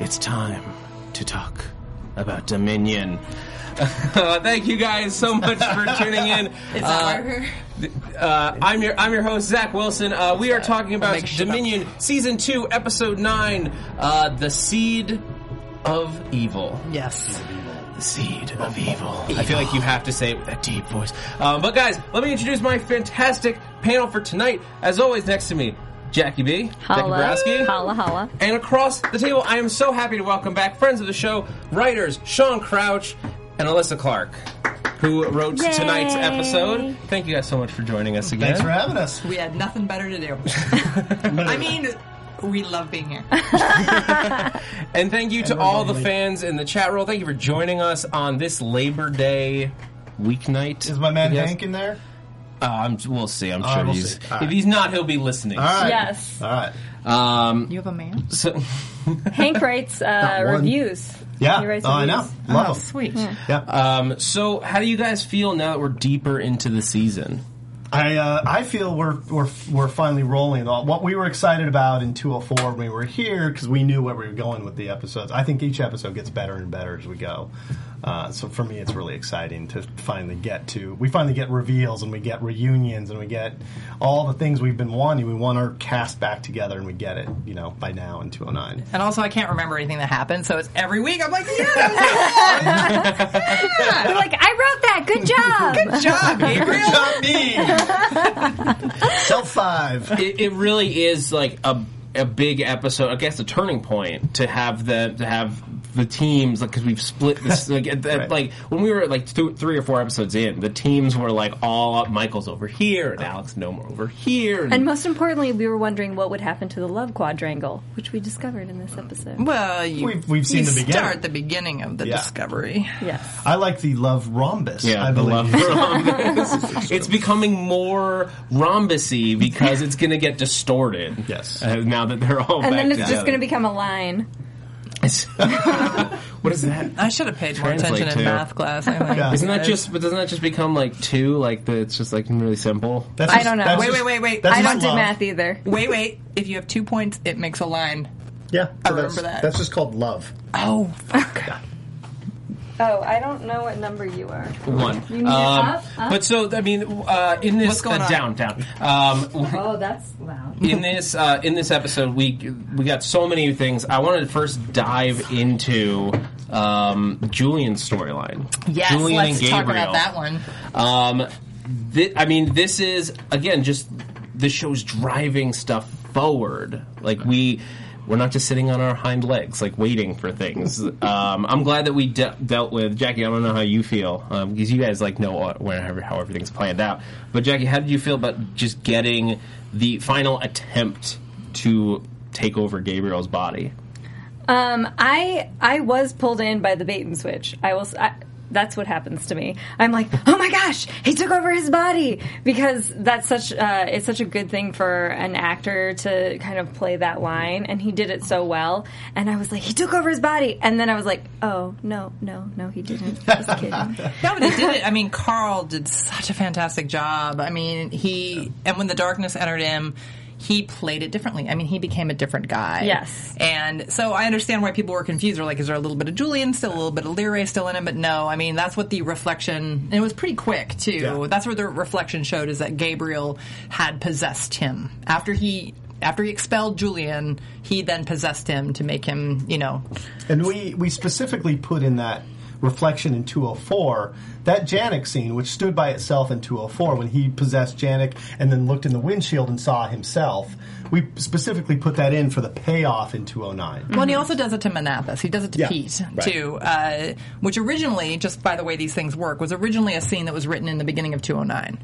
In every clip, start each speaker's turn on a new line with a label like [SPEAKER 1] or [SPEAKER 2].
[SPEAKER 1] It's time to talk about Dominion. Uh, Thank you guys so much for tuning in.
[SPEAKER 2] It's our
[SPEAKER 1] Uh, I'm your I'm your host Zach Wilson. Uh, we are talking about Dominion season two, episode nine, uh, the seed of evil.
[SPEAKER 2] yes.
[SPEAKER 1] The seed of evil. I feel like you have to say it with that deep voice. Uh, but guys, let me introduce my fantastic panel for tonight. As always, next to me, Jackie B,
[SPEAKER 2] Holla,
[SPEAKER 1] Jackie Brasky,
[SPEAKER 2] holla, holla.
[SPEAKER 1] and across the table, I am so happy to welcome back friends of the show, writers Sean Crouch and Alyssa Clark, who wrote
[SPEAKER 2] Yay.
[SPEAKER 1] tonight's episode. Thank you guys so much for joining us again.
[SPEAKER 3] Thanks for having us.
[SPEAKER 4] We had nothing better to do. I mean, we love being here.
[SPEAKER 1] and thank you to
[SPEAKER 3] we're
[SPEAKER 1] all the
[SPEAKER 3] lonely.
[SPEAKER 1] fans in the chat room. Thank you for joining us on this Labor Day weeknight.
[SPEAKER 3] Is my man
[SPEAKER 1] Yes.
[SPEAKER 3] Hank in there?
[SPEAKER 1] Uh, I'm, we'll see. I'm
[SPEAKER 3] Uh,
[SPEAKER 1] sure
[SPEAKER 3] we'll
[SPEAKER 1] he's.
[SPEAKER 3] see. All right.
[SPEAKER 1] If he's not, he'll be listening.
[SPEAKER 3] All right.
[SPEAKER 2] Yes.
[SPEAKER 3] All right.
[SPEAKER 1] Um,
[SPEAKER 4] You have a man?
[SPEAKER 1] so,
[SPEAKER 2] Hank writes uh,
[SPEAKER 3] one.
[SPEAKER 2] reviews. He
[SPEAKER 3] Yeah.
[SPEAKER 2] writes
[SPEAKER 3] Oh, I know.
[SPEAKER 2] reviews.
[SPEAKER 3] Love
[SPEAKER 4] Oh,
[SPEAKER 3] him.
[SPEAKER 4] sweet.
[SPEAKER 3] Yeah.
[SPEAKER 1] um, so, how do you guys feel now that we're deeper into the season?
[SPEAKER 3] I uh, I feel we're we're we're finally rolling. Uh, What we were excited about in 204 when we were here because we knew where we were going with the episodes. I think each episode gets better and better as we go. Uh, so for me, it's really exciting to finally get to. We finally get reveals and we get reunions and we get all the things we've been wanting. We want our cast back together and we get it. You know, by now in 209.
[SPEAKER 4] And also, I can't remember anything that happened, so it's every week. I'm like, yeah, that
[SPEAKER 2] I'm like, I wrote that. Good job.
[SPEAKER 4] was a good job, Gabriel.
[SPEAKER 3] Self five.
[SPEAKER 1] it, it really is like a a big episode. I guess a turning point to have the to have the teams like because we've split this like at the,
[SPEAKER 3] Right.
[SPEAKER 1] like when we were like two, three or four episodes in, the teams were like all up. Michael's over here
[SPEAKER 3] Uh.
[SPEAKER 1] and Alex No more over here.
[SPEAKER 2] and most importantly, we were wondering what would happen to the love quadrangle, which we discovered in this episode.
[SPEAKER 4] Well, you,
[SPEAKER 3] We've- we've seen
[SPEAKER 4] you
[SPEAKER 3] the beginning.
[SPEAKER 4] start the beginning of the
[SPEAKER 3] Yeah.
[SPEAKER 4] discovery.
[SPEAKER 2] Yes.
[SPEAKER 3] I like the love rhombus.
[SPEAKER 1] yeah,
[SPEAKER 3] I
[SPEAKER 1] the love
[SPEAKER 3] believe.
[SPEAKER 1] rhombus. it's becoming more rhombusy because it's going to get distorted.
[SPEAKER 3] Yes.
[SPEAKER 1] uh, now that they're all
[SPEAKER 2] And
[SPEAKER 1] back
[SPEAKER 2] then it's just going to
[SPEAKER 1] together.
[SPEAKER 2] become a line.
[SPEAKER 1] what is that?
[SPEAKER 4] I should have paid more
[SPEAKER 1] Translate
[SPEAKER 4] attention
[SPEAKER 1] to.
[SPEAKER 4] in math class. I think.
[SPEAKER 3] Yeah.
[SPEAKER 1] Isn't that just? But doesn't that just become like two? Like the, it's just like really simple.
[SPEAKER 3] That's
[SPEAKER 2] I
[SPEAKER 3] just-
[SPEAKER 2] don't know.
[SPEAKER 3] that's
[SPEAKER 2] Wait,
[SPEAKER 3] just-
[SPEAKER 4] wait, wait, wait.
[SPEAKER 3] that's
[SPEAKER 2] I
[SPEAKER 3] just
[SPEAKER 2] don't do
[SPEAKER 3] love.
[SPEAKER 2] math either.
[SPEAKER 4] Wait, wait. If you have two points, it makes a line.
[SPEAKER 3] Yeah,
[SPEAKER 4] I
[SPEAKER 3] so that's-
[SPEAKER 4] remember that.
[SPEAKER 3] That's just called love.
[SPEAKER 4] Oh, fuck.
[SPEAKER 2] Oh, I don't know what number you are.
[SPEAKER 1] one. Um,
[SPEAKER 2] You need it up, up.
[SPEAKER 1] But so I mean, uh, in this
[SPEAKER 4] What's going
[SPEAKER 1] uh,
[SPEAKER 4] on?
[SPEAKER 1] down, down. Um,
[SPEAKER 2] Oh, that's loud.
[SPEAKER 1] in this uh, in this episode, we we got so many things. I wanted to first dive into um, Julian's storyline.
[SPEAKER 4] Yes,
[SPEAKER 1] Julian
[SPEAKER 4] let's
[SPEAKER 1] and
[SPEAKER 4] talk
[SPEAKER 1] Gabriel.
[SPEAKER 4] about that one.
[SPEAKER 1] Um, thi- I mean, this is again just the show's driving stuff forward. Like we. We're not just sitting on our hind legs, like waiting for things. Um, I'm glad that we de- dealt with Jackie. I don't know how you feel because you guys like know what- whenever how everything's planned out. But Jackie, how did you feel about just getting the final attempt to take over Gabriel's body?
[SPEAKER 2] Um, I I was pulled in by the bait and switch. I will. s I that's what happens to me. I'm like, oh my gosh, he took over his body because that's such. Uh, it's such a good thing for an actor to kind of play that line, and he did it so well. And I was like, he took over his body, and then I was like, oh no, no, no, he didn't. Just kidding.
[SPEAKER 4] No, but he did it. I mean, Carl did such a fantastic job. I mean, he and when the darkness entered him, he played it differently. I mean, he became a different guy.
[SPEAKER 2] Yes.
[SPEAKER 4] And so I understand why people were confused. They're like, is there a little bit of Julian still, a little bit of Leary still in him? But no, I mean, that's what the reflection, and it was pretty quick too.
[SPEAKER 3] Yeah.
[SPEAKER 4] That's what the reflection showed is that Gabriel had possessed him after he. After he expelled Julian, he then possessed him to make him, you know,
[SPEAKER 3] And we we specifically put in that reflection in 204, that Janik scene, which stood by itself in 204, when he possessed Janik and then looked in the windshield and saw himself, we specifically put that in for the payoff in 209.
[SPEAKER 4] Well, and he also does it to Manathas. He does it to
[SPEAKER 3] Yeah,
[SPEAKER 4] Pete
[SPEAKER 3] right.
[SPEAKER 4] too, uh, which originally, just by the way these things work, was originally a scene that was written in the beginning of 209.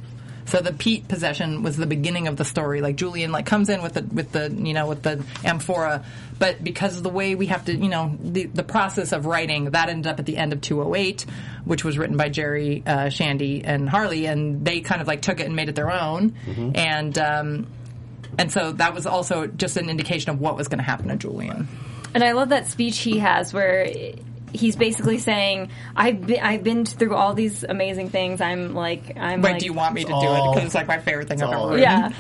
[SPEAKER 4] So the Pete possession was the beginning of the story. Like Julian, like comes in with the with the you know with the amphora, but because of the way we have to you know the the process of writing that ended up at the end of 208, which was written by Jerry uh, Shandy and Harley, and they kind of like took it and made it their own,
[SPEAKER 3] Mm-hmm.
[SPEAKER 4] and. Um, and so that was also just an indication of what was going to happen to Julian.
[SPEAKER 2] And I love that speech he has where he's basically saying, "I've been, I've been through all these amazing things. I'm like, I'm
[SPEAKER 4] But
[SPEAKER 2] like,
[SPEAKER 4] do you want me to do it?
[SPEAKER 3] all-
[SPEAKER 4] Because it's like my favorite thing I've ever
[SPEAKER 3] all-
[SPEAKER 4] written.
[SPEAKER 2] Yeah,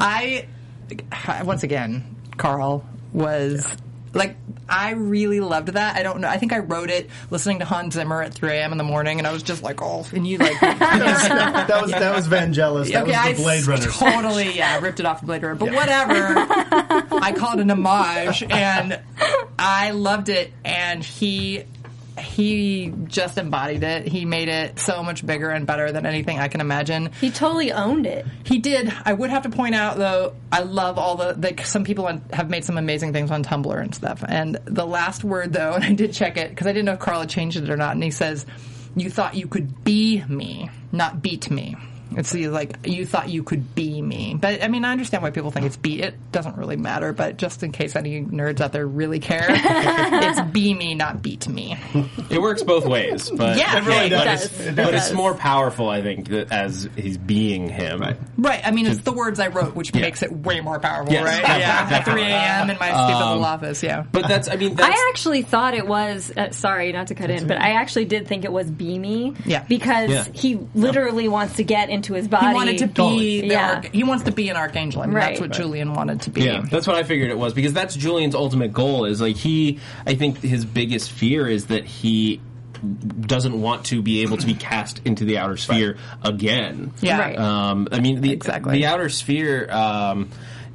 [SPEAKER 4] I, I- once again, Carl was like, I really loved that. I don't know. I think I wrote it listening to Hans Zimmer at 3 a.m. in the morning, and I was just like, oh, and you like,
[SPEAKER 3] That was that was Vangelis. That
[SPEAKER 4] okay,
[SPEAKER 3] was the
[SPEAKER 4] I
[SPEAKER 3] Blade
[SPEAKER 4] s-
[SPEAKER 3] Runner.
[SPEAKER 4] totally, yeah, ripped it off the Blade Runner. But whatever. I call it an homage, and I loved it. And he he just embodied it. He made it so much bigger and better than anything I can imagine.
[SPEAKER 2] he totally owned it.
[SPEAKER 4] He did. I would have to point out though, I love all the like. Some people on, have made some amazing things on Tumblr and stuff. And the last word though, and I did check it because I didn't know if Carl had changed it or not. And he says, "You thought you could be me, not beat me." It's the, like you thought you could be me, but I mean I understand why people think it's beat. It doesn't really matter, but just in case any nerds out there really care, it's be me, not beat me.
[SPEAKER 1] It works both ways, but
[SPEAKER 4] Yeah, It really
[SPEAKER 1] but
[SPEAKER 2] does.
[SPEAKER 1] it's,
[SPEAKER 2] It
[SPEAKER 1] but
[SPEAKER 2] does.
[SPEAKER 1] it's more powerful, I think, that as he's being him.
[SPEAKER 3] Right.
[SPEAKER 4] Right. I mean, it's the words I wrote, which makes it way more powerful,
[SPEAKER 1] Yes,
[SPEAKER 4] right?
[SPEAKER 1] definitely,
[SPEAKER 4] Yeah. At 3
[SPEAKER 1] definitely. Um,
[SPEAKER 4] a.m. in my stupid little office. Yeah.
[SPEAKER 1] But that's, I mean, that's
[SPEAKER 2] I actually thought it was. Uh, sorry, not to cut in, but I actually did think it was Beamy.
[SPEAKER 4] Yeah.
[SPEAKER 2] because
[SPEAKER 1] Yeah.
[SPEAKER 2] he literally wants to get into his body.
[SPEAKER 4] He wanted to be
[SPEAKER 3] Totally.
[SPEAKER 4] the
[SPEAKER 2] Yeah.
[SPEAKER 4] arch- he wants to be an archangel. I mean,
[SPEAKER 2] Right.
[SPEAKER 4] that's what
[SPEAKER 2] Right.
[SPEAKER 4] Julian wanted to be.
[SPEAKER 1] Yeah, that's what I figured it was because that's Julian's ultimate goal. Is like he, I think his biggest fear is that he doesn't want to be able to be cast into the outer sphere again.
[SPEAKER 4] Yeah.
[SPEAKER 2] Right.
[SPEAKER 1] Um, I mean, the,
[SPEAKER 4] Exactly.
[SPEAKER 1] the outer sphere. Um,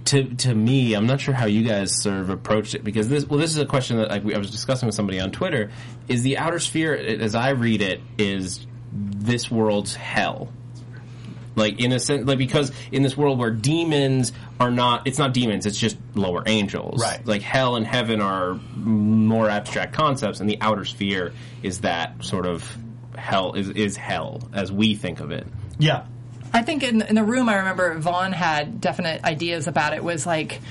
[SPEAKER 1] to, to me, I'm not sure how you guys sort of approached it because this well, this is a question that like, we- I was discussing with somebody on Twitter. Is the outer sphere, as I read it, is this world's hell? like in a sense like because in this world where demons are not it's not demons it's just lower angels
[SPEAKER 3] Right.
[SPEAKER 1] like hell and heaven are more abstract concepts and the outer sphere is that sort of hell is is hell as we think of it
[SPEAKER 3] Yeah.
[SPEAKER 4] I think in, in the room, I remember Vaughn had definite ideas about it. Was like,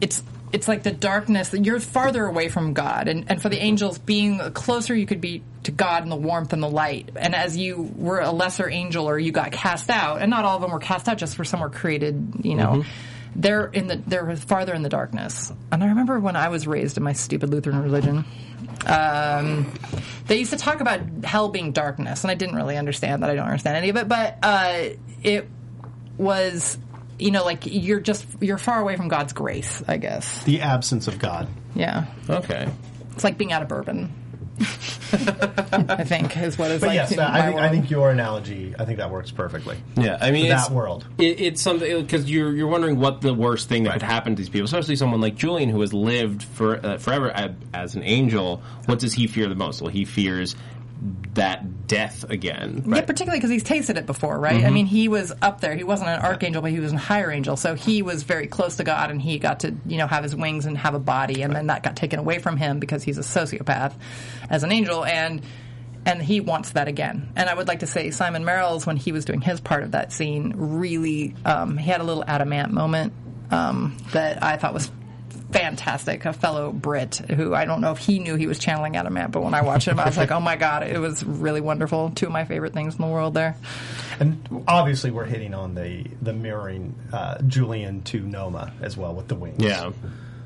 [SPEAKER 4] it's it's like the darkness. You're farther away from God, and and for the angels, being closer, you could be to God in the warmth and the light. And as you were a lesser angel, or you got cast out, and not all of them were cast out, just for some were created. You know. They're in the they're farther in the darkness, and I remember when I was raised in my stupid Lutheran religion, um, they used to talk about hell being darkness, and I didn't really understand that. I don't understand any of it, but uh, it was, you know, like you're just you're far away from God's grace, I guess.
[SPEAKER 3] The absence of God.
[SPEAKER 4] Yeah,
[SPEAKER 1] okay
[SPEAKER 4] it's like being out of bourbon. I think is what it's
[SPEAKER 3] But
[SPEAKER 4] like.
[SPEAKER 3] yes, uh,
[SPEAKER 4] in
[SPEAKER 3] I
[SPEAKER 4] my
[SPEAKER 3] think I
[SPEAKER 4] world.
[SPEAKER 3] think your analogy. I think that works perfectly.
[SPEAKER 1] yeah i mean
[SPEAKER 3] For that
[SPEAKER 1] it's-
[SPEAKER 3] world.
[SPEAKER 1] it, it's something because you're you're wondering what the worst thing that could happen to these people especially someone like julian who has lived for uh, forever a- as an angel what does he fear the most well he fears that death again
[SPEAKER 4] Yeah, particularly because he's tasted it before, right? I mean, he was up there. He wasn't an archangel, but he was a higher angel. So he was very close to God, and he got to, you know, have his wings and have a body, and then that got taken away from him because he's a sociopath as an angel, and and he wants that again. And I would like to say Simon Merrill's when he was doing his part of that scene, really, um, he had a little adamant moment um, that I thought was fantastic, a fellow Brit who I don't know if he knew he was channeling Adamant, but when I watched him, I was like, oh my god, it was really wonderful. Two of my favorite things in the world there.
[SPEAKER 3] And obviously, we're hitting on the the mirroring uh, Julian to Noma as well with the wings.
[SPEAKER 1] Yeah.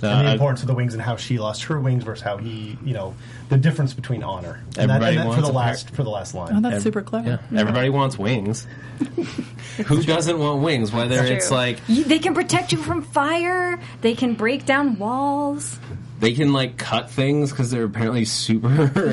[SPEAKER 3] And the
[SPEAKER 1] Uh,
[SPEAKER 3] importance of the wings and how she lost her wings versus how he, you know, the difference between honor. And
[SPEAKER 1] Everybody
[SPEAKER 3] and for
[SPEAKER 1] wants
[SPEAKER 3] the
[SPEAKER 1] a pair.
[SPEAKER 3] last for the last line.
[SPEAKER 4] Oh, that's super clever.
[SPEAKER 1] yeah, everybody wants wings. Who doesn't want wings? Whether it's,
[SPEAKER 2] True.
[SPEAKER 1] like
[SPEAKER 2] You- they can protect you from fire. They can break down walls.
[SPEAKER 1] they can like cut things because they're apparently super.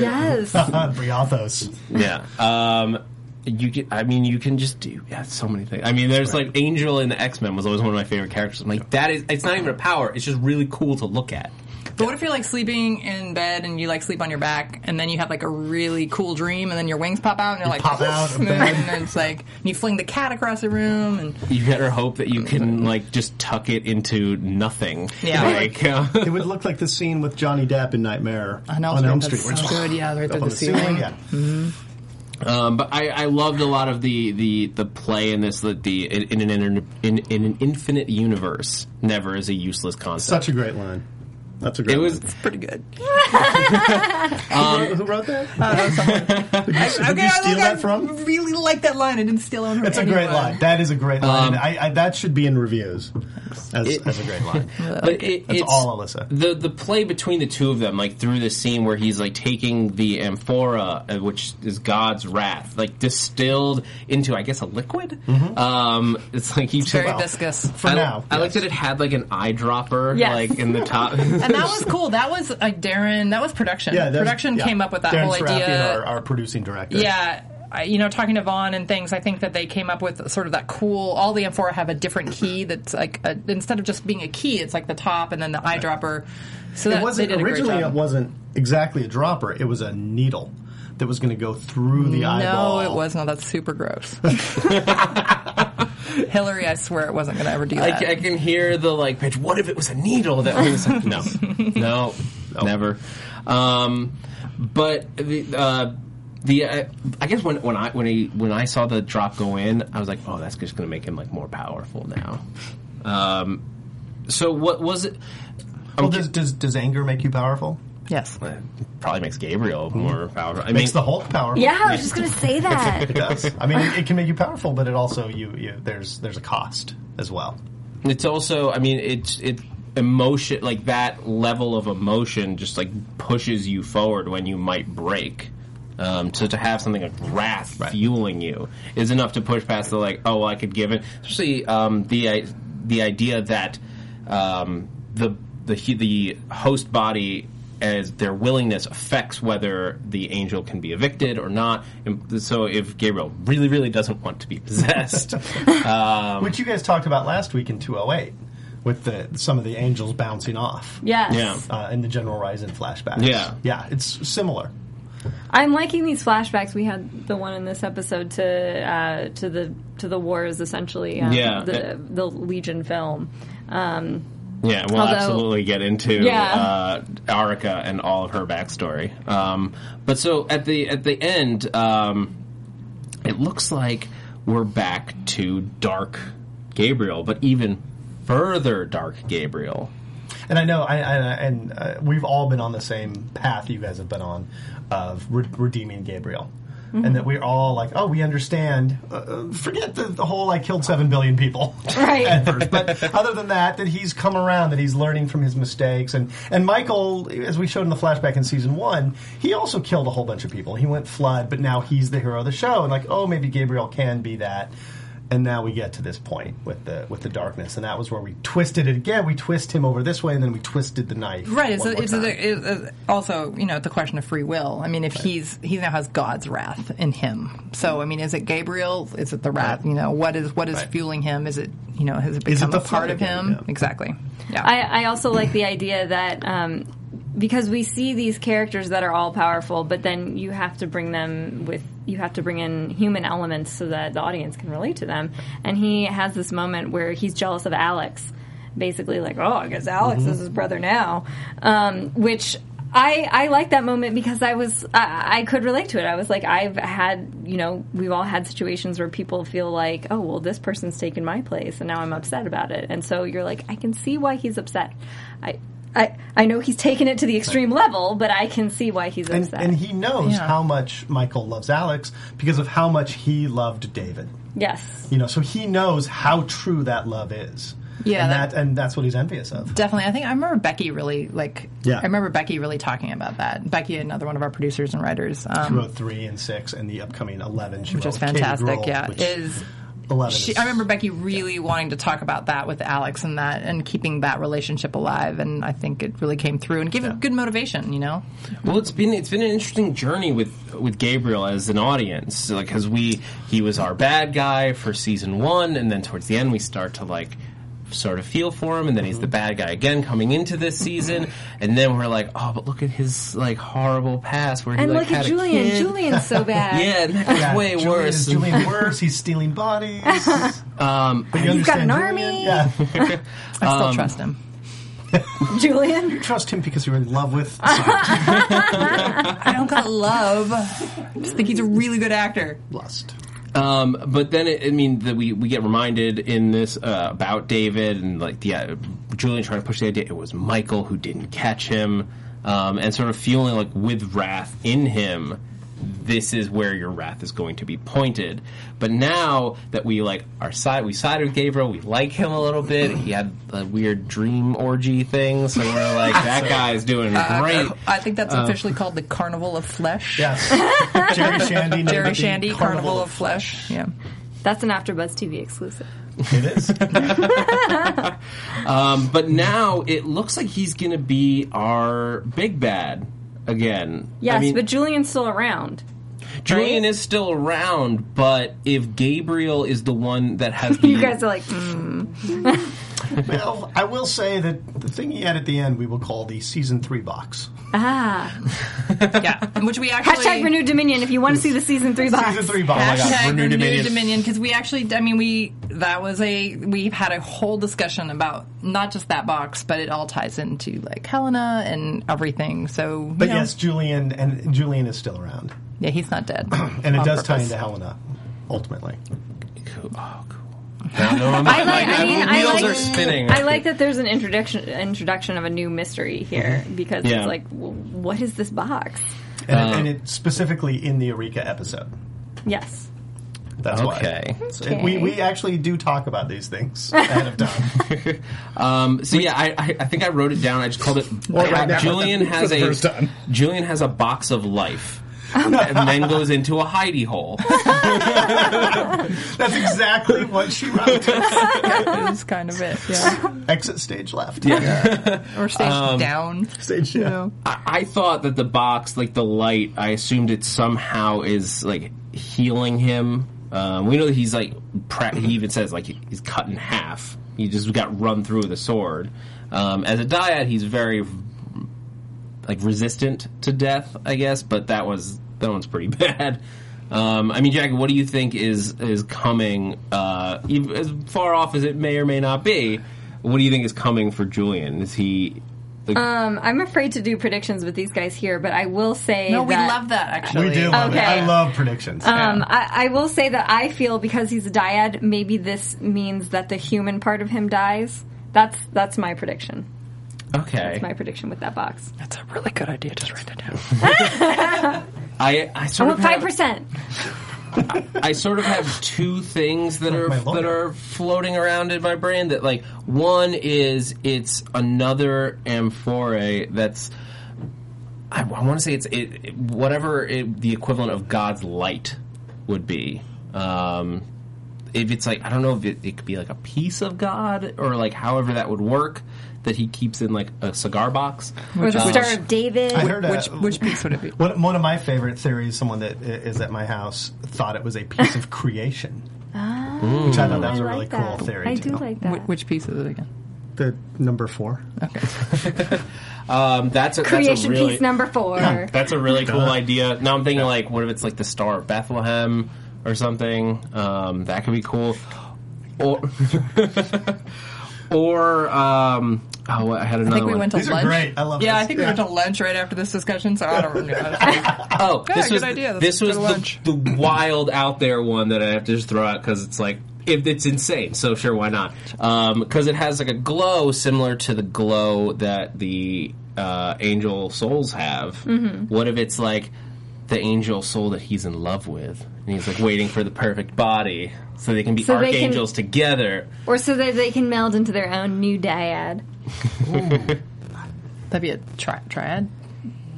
[SPEAKER 2] Yes,
[SPEAKER 3] Briathos.
[SPEAKER 1] yeah. Um, you can, I mean, you can just do yeah, so many things. I mean, there's like Angel in the X Men was always one of my favorite characters. I'm like, that is, it's not even a power. It's just really cool to look at.
[SPEAKER 4] But what if you're like sleeping in bed and you like sleep on your back and then you have like a really cool dream and then your wings pop out and you're like
[SPEAKER 3] pop out of
[SPEAKER 4] and
[SPEAKER 3] bed.
[SPEAKER 4] then it's like and you fling the cat across the room and
[SPEAKER 1] You better hope that you can like just tuck it into nothing.
[SPEAKER 4] Yeah.
[SPEAKER 1] Like, uh,
[SPEAKER 3] It would look like the scene with Johnny Depp in Nightmare
[SPEAKER 4] On Elm
[SPEAKER 3] on Elm
[SPEAKER 4] Street,
[SPEAKER 3] Street.
[SPEAKER 4] that's
[SPEAKER 3] where
[SPEAKER 4] so
[SPEAKER 3] it's
[SPEAKER 4] good, yeah,
[SPEAKER 3] up
[SPEAKER 4] right through
[SPEAKER 3] on
[SPEAKER 4] the ceiling.
[SPEAKER 3] Yeah.
[SPEAKER 4] Mm-hmm.
[SPEAKER 1] um, but I, I loved a lot of the the, the play in this. That the in an inter- in, in an infinite universe never is a useless concept.
[SPEAKER 3] Such a great line. That's a great
[SPEAKER 1] it was um,
[SPEAKER 3] line.
[SPEAKER 4] pretty good.
[SPEAKER 3] Who wrote that?
[SPEAKER 4] Uh, okay,
[SPEAKER 3] you steal that from?
[SPEAKER 4] I really like that line. I didn't steal it from
[SPEAKER 3] That's a great
[SPEAKER 4] anyone.
[SPEAKER 3] line. That is a great line. I, I, that should be in reviews as, as a great line.
[SPEAKER 1] But it,
[SPEAKER 3] That's
[SPEAKER 1] it's
[SPEAKER 3] all Alyssa.
[SPEAKER 1] The the play between the two of them, like through the scene where he's like taking the amphora, uh, which is God's wrath, like distilled into, I guess, a liquid.
[SPEAKER 3] Mm-hmm.
[SPEAKER 1] Um, it's like you
[SPEAKER 4] Very
[SPEAKER 1] took.
[SPEAKER 4] viscous.
[SPEAKER 3] For
[SPEAKER 1] I,
[SPEAKER 3] now,
[SPEAKER 1] I like
[SPEAKER 3] yes.
[SPEAKER 1] that it had like an eyedropper,
[SPEAKER 2] Yes.
[SPEAKER 1] like in the top.
[SPEAKER 4] And that was cool. That was like Darren. That was production.
[SPEAKER 3] Yeah, that's-
[SPEAKER 4] production
[SPEAKER 3] yeah.
[SPEAKER 4] came up with that
[SPEAKER 3] Darren
[SPEAKER 4] whole
[SPEAKER 3] Serafian,
[SPEAKER 4] idea.
[SPEAKER 3] Our, our producing director.
[SPEAKER 4] Yeah. I, you know, talking to Vaughn and things, I think that they came up with sort of that cool. All the amphora have a different key that's like a, instead of just being a key, it's like the top and then the eyedropper. So that
[SPEAKER 3] it wasn't
[SPEAKER 4] they did a
[SPEAKER 3] originally.
[SPEAKER 4] great job.
[SPEAKER 3] It wasn't exactly a dropper. It was a needle that was going to go through the eyeball.
[SPEAKER 4] No, it was not. That's super gross. Hillary, I swear it wasn't going to ever do
[SPEAKER 1] I,
[SPEAKER 4] that.
[SPEAKER 1] I can hear the like pitch. What if it was a needle that was no, no, never. Um, but the uh, the uh, I guess when when I when he when I saw the drop go in, I was like, oh, that's just going to make him like more powerful now. Um, so what was it? I'm
[SPEAKER 3] Well, does,
[SPEAKER 1] ju-
[SPEAKER 3] does does anger make you powerful?
[SPEAKER 4] yes.
[SPEAKER 1] probably makes Gabriel more powerful. I mean,
[SPEAKER 3] Makes the Hulk powerful.
[SPEAKER 2] Yeah, I was just gonna say that.
[SPEAKER 3] It does. I mean, it, it can make you powerful, but it also you, you there's there's a cost as well.
[SPEAKER 1] it's also i mean it's it emotion like that level of emotion just like pushes you forward when you might break um, so to have something like wrath fueling you is enough to push past the like oh well, i could give it especially um, the i- the idea that um, the the hu- the host body as their willingness affects whether the angel can be evicted or not and so if gabriel really really doesn't want to be possessed
[SPEAKER 3] Which you guys talked about last week in 208 with the some of the angels bouncing off.
[SPEAKER 2] Yes.
[SPEAKER 1] yeah
[SPEAKER 3] Uh, in the General Risen flashbacks.
[SPEAKER 1] Yeah.
[SPEAKER 3] Yeah, it's similar.
[SPEAKER 2] I'm liking these flashbacks. We had the one in this episode to uh, to the to the wars, essentially. um,
[SPEAKER 1] Yeah.
[SPEAKER 2] The the Legion film. Um,
[SPEAKER 1] Yeah, we'll
[SPEAKER 2] Although-
[SPEAKER 1] absolutely get into
[SPEAKER 2] Yeah.
[SPEAKER 1] uh, Arika and all of her backstory. Um, but so at the at the end, um, it looks like we're back to Dark Gabriel, but even further Dark Gabriel.
[SPEAKER 3] And I know, I, I and uh, we've all been on the same path you guys have been on of re- redeeming Gabriel. And that we're all like, oh, we understand. Uh, Uh, forget the, the whole I killed seven billion people
[SPEAKER 2] Right.
[SPEAKER 3] at first, but other than that, that he's come around, that he's learning from his mistakes, and and Michael, as we showed in the flashback in season one, he also killed a whole bunch of people. He went flood, but now he's the hero of the show, and like, oh, maybe Gabriel can be that. And now we get to this point with the with the darkness, and that was where we twisted it again. We twist him over this way, and then we twisted the knife.
[SPEAKER 4] Right. It's,
[SPEAKER 3] one
[SPEAKER 4] a,
[SPEAKER 3] more
[SPEAKER 4] it's, a,
[SPEAKER 3] time.
[SPEAKER 4] it's a- also you know the question of free will. I mean, if he's he now has God's wrath in him. So I mean, is it Gabriel? Is it the wrath? You know, what is what is
[SPEAKER 3] Right.
[SPEAKER 4] fueling him? Is it you know has it
[SPEAKER 3] Is it
[SPEAKER 4] become
[SPEAKER 3] the
[SPEAKER 4] a part
[SPEAKER 3] flood
[SPEAKER 4] of
[SPEAKER 3] again?
[SPEAKER 4] him?
[SPEAKER 3] Yeah.
[SPEAKER 4] Exactly. Yeah.
[SPEAKER 2] I, I also like the idea that um, because we see these characters that are all powerful, but then you have to bring them with you have to bring in human elements so that the audience can relate to them. And he has this moment where he's jealous of Alex, basically like, oh, I guess Alex is his brother now, um, which. I, I like that moment because I was I, I could relate to it. I was like I've had you know we've all had situations where people feel like oh well this person's taken my place and now I'm upset about it and so you're like I can see why he's upset. I I I know he's taken it to the extreme level, but I can see why he's
[SPEAKER 3] and,
[SPEAKER 2] upset.
[SPEAKER 3] and he knows
[SPEAKER 4] Yeah.
[SPEAKER 3] how much Michael loves Alex because of how much he loved David.
[SPEAKER 2] yes,
[SPEAKER 3] You know, so he knows how true that love is.
[SPEAKER 4] Yeah,
[SPEAKER 3] and
[SPEAKER 4] that-
[SPEAKER 3] that, and that's what he's envious of.
[SPEAKER 4] Definitely. I think I remember Becky really like.
[SPEAKER 3] Yeah.
[SPEAKER 4] I remember Becky really talking about that. Becky, another one of our producers and writers,
[SPEAKER 3] She
[SPEAKER 4] um,
[SPEAKER 3] wrote three and six, and the upcoming eleven, she
[SPEAKER 4] which
[SPEAKER 3] wrote
[SPEAKER 4] is
[SPEAKER 3] with Katie
[SPEAKER 4] fantastic.
[SPEAKER 3] Grohl,
[SPEAKER 4] yeah,
[SPEAKER 3] which
[SPEAKER 4] is.
[SPEAKER 3] eleven.
[SPEAKER 4] She,
[SPEAKER 3] is-
[SPEAKER 4] I remember Becky really wanting to talk about that with Alex and that and keeping that relationship alive, and I think it really came through and gave it good motivation. You know,
[SPEAKER 1] Well, it's been it's been an interesting journey with with Gabriel as an audience, like because we he was our bad guy for season one, and then towards the end we start to like sort of feel for him, and then he's the bad guy again coming into this season,
[SPEAKER 2] Mm-hmm.
[SPEAKER 1] and then we're like, oh, but look at his like horrible past where he
[SPEAKER 2] And
[SPEAKER 1] like
[SPEAKER 2] look
[SPEAKER 1] had
[SPEAKER 2] at
[SPEAKER 1] a
[SPEAKER 2] Julian. Oh,
[SPEAKER 1] kid.
[SPEAKER 2] Julian's so bad.
[SPEAKER 1] Yeah, and that gets
[SPEAKER 3] Yeah,
[SPEAKER 1] way
[SPEAKER 3] Julian
[SPEAKER 1] worse.
[SPEAKER 3] Is Julian worse. He's stealing bodies.
[SPEAKER 1] Um,
[SPEAKER 3] But you
[SPEAKER 2] He's got
[SPEAKER 3] understand
[SPEAKER 2] an
[SPEAKER 3] Julian?
[SPEAKER 2] army.
[SPEAKER 3] Yeah,
[SPEAKER 4] I still
[SPEAKER 3] Um,
[SPEAKER 4] trust him.
[SPEAKER 2] Julian.
[SPEAKER 3] trust him because you're in love with.
[SPEAKER 4] I don't got love. I just think he's a really good actor.
[SPEAKER 3] lust.
[SPEAKER 1] Um, but then, it, I mean, the, we we get reminded in this uh, about David and like yeah, Julian trying to push the idea it was Michael who didn't catch him, um, and sort of feeling like with wrath in him, this is where your wrath is going to be pointed. But now that we like our side, we sided with Gabriel, we like him a little bit. He had a weird dream orgy thing, so we're like that guy's doing
[SPEAKER 4] Uh,
[SPEAKER 1] great.
[SPEAKER 4] I think
[SPEAKER 3] Uh,
[SPEAKER 4] that's officially called the Carnival of Flesh.
[SPEAKER 3] Yes, Jerry Shandy. named
[SPEAKER 4] Jerry
[SPEAKER 3] it the
[SPEAKER 4] Shandy, Carnival of Flesh. Yeah.
[SPEAKER 2] That's an AfterBuzz TV exclusive.
[SPEAKER 3] It is.
[SPEAKER 1] Um, But now it looks like he's going to be our big bad again.
[SPEAKER 2] Yes,
[SPEAKER 1] I mean,
[SPEAKER 2] but Julian's still around.
[SPEAKER 1] Julian is still around, but if Gabriel is the one that has the
[SPEAKER 2] You guys are like, mm.
[SPEAKER 3] Well, I will say that the thing he had at the end we will call the season three box.
[SPEAKER 2] ah.
[SPEAKER 4] Yeah. Which we actually.
[SPEAKER 2] Hashtag Renewed Dominion if you want to see the season three box.
[SPEAKER 3] Season three box. Oh my
[SPEAKER 4] Hashtag
[SPEAKER 3] God.
[SPEAKER 4] Renewed
[SPEAKER 1] Dominion.
[SPEAKER 4] Dominion because we actually, I mean, we that was a we've had a whole discussion about not just that box, but it all ties into like Helena and everything. So, you
[SPEAKER 3] But
[SPEAKER 4] know,
[SPEAKER 3] yes, Julian and Julian is still around,
[SPEAKER 4] yeah, he's not dead,
[SPEAKER 3] and it
[SPEAKER 4] On
[SPEAKER 3] does tie
[SPEAKER 4] purpose.
[SPEAKER 3] into Helena ultimately.
[SPEAKER 1] cool. Oh, cool. I don't know. I'm-
[SPEAKER 2] I like. I mean,
[SPEAKER 1] my
[SPEAKER 2] I
[SPEAKER 1] wheels
[SPEAKER 2] like.
[SPEAKER 1] are spinning.
[SPEAKER 2] I like that there's an introduction introduction of a new mystery here because
[SPEAKER 1] Yeah.
[SPEAKER 2] it's like, w what is this box?
[SPEAKER 3] And, it, and it specifically in the Eureka episode.
[SPEAKER 2] Yes.
[SPEAKER 3] That's
[SPEAKER 1] Okay.
[SPEAKER 3] why. So it- we, we actually do talk about these things ahead of time.
[SPEAKER 1] Um, so yeah, I, I, I think I wrote it down. I just called it.
[SPEAKER 3] Well, right now,
[SPEAKER 1] Julian
[SPEAKER 3] for
[SPEAKER 1] has
[SPEAKER 3] the first
[SPEAKER 1] a
[SPEAKER 3] time.
[SPEAKER 1] Julian has a box of life, and then goes into a hidey hole.
[SPEAKER 3] That's exactly what she wrote.
[SPEAKER 4] is kind of it,
[SPEAKER 2] Um,
[SPEAKER 4] yeah,
[SPEAKER 3] Exit stage left.
[SPEAKER 4] or stage down.
[SPEAKER 3] Stage
[SPEAKER 4] You
[SPEAKER 3] yeah.
[SPEAKER 4] know.
[SPEAKER 1] I, I thought that the box, like the light, I assumed it somehow is like healing him. Um, we know that he's like pra- he even says like he's cut in half. He just got run through with a sword. Um, as a dyad, he's very like resistant to death, I guess. But that was that one's pretty bad. Um, I mean, Jackie, what do you think is is coming? Uh, ev- as far off as it may or may not be, what do you think is coming for Julian? Is he? Like,
[SPEAKER 2] Um, I'm afraid to do predictions with these guys here, but I will say
[SPEAKER 4] No, we
[SPEAKER 2] that-
[SPEAKER 4] love that actually.
[SPEAKER 3] We do love it.
[SPEAKER 2] Okay.
[SPEAKER 3] I love predictions.
[SPEAKER 4] Uh,
[SPEAKER 2] Um, I, I will say that I feel because he's a dyad, maybe this means that the human part of him dies. That's that's my prediction.
[SPEAKER 1] okay,
[SPEAKER 2] That's my prediction with that box.
[SPEAKER 4] That's a really good idea. Just write it down.
[SPEAKER 1] I I
[SPEAKER 2] I
[SPEAKER 1] sort
[SPEAKER 2] want
[SPEAKER 1] of
[SPEAKER 2] five
[SPEAKER 1] have,
[SPEAKER 2] percent.
[SPEAKER 1] I sort of have two things that are
[SPEAKER 3] my lawyer.
[SPEAKER 1] that are floating around in my brain that like one is it's another amphora that's I, want to say it's it, it- whatever it, the equivalent of God's light would be. Um, if it's like I don't know if it, it could be like a piece of God or like however that would work that he keeps in like a cigar box.
[SPEAKER 2] Or the
[SPEAKER 4] is-
[SPEAKER 2] Star of David.
[SPEAKER 3] I heard a-
[SPEAKER 4] Which which piece would it be?
[SPEAKER 3] One, one of my favorite theories, someone that i- is at my house thought it was a piece of creation.
[SPEAKER 4] Ah.
[SPEAKER 3] which I thought that was a
[SPEAKER 2] I
[SPEAKER 3] really
[SPEAKER 2] like that.
[SPEAKER 3] cool theory.
[SPEAKER 2] I
[SPEAKER 3] too.
[SPEAKER 2] do like
[SPEAKER 4] Wh-
[SPEAKER 2] that.
[SPEAKER 4] Which piece is it again?
[SPEAKER 3] the number four.
[SPEAKER 4] Okay.
[SPEAKER 1] Um, that's a, that's a
[SPEAKER 2] Creation
[SPEAKER 1] really,
[SPEAKER 2] piece number four.
[SPEAKER 1] That's a really cool idea. Now I'm thinking like, what if it's like the Star of Bethlehem or something? Um, that could be cool. Or, or um, oh, I had another
[SPEAKER 4] I think we
[SPEAKER 1] one.
[SPEAKER 4] went to
[SPEAKER 3] These
[SPEAKER 4] lunch.
[SPEAKER 3] are great. I love
[SPEAKER 4] Yeah,
[SPEAKER 3] this.
[SPEAKER 4] I think we went to lunch right after this discussion, so I don't know.
[SPEAKER 1] oh,
[SPEAKER 4] Yeah,
[SPEAKER 1] this
[SPEAKER 4] good
[SPEAKER 1] was
[SPEAKER 4] idea. Let's
[SPEAKER 1] this
[SPEAKER 4] go
[SPEAKER 1] was
[SPEAKER 4] to lunch.
[SPEAKER 1] the, the wild out there one that I have to just throw out because it's like if it's insane. So sure, why not? Because it has like a glow similar to the glow that the uh, angel souls have. What if it's like the angel soul that he's in love with, and he's like waiting for the perfect body so they can be
[SPEAKER 2] So they can-
[SPEAKER 1] archangels together?
[SPEAKER 2] Or so that they can meld into their own new dyad.
[SPEAKER 4] That'd be a tri- triad.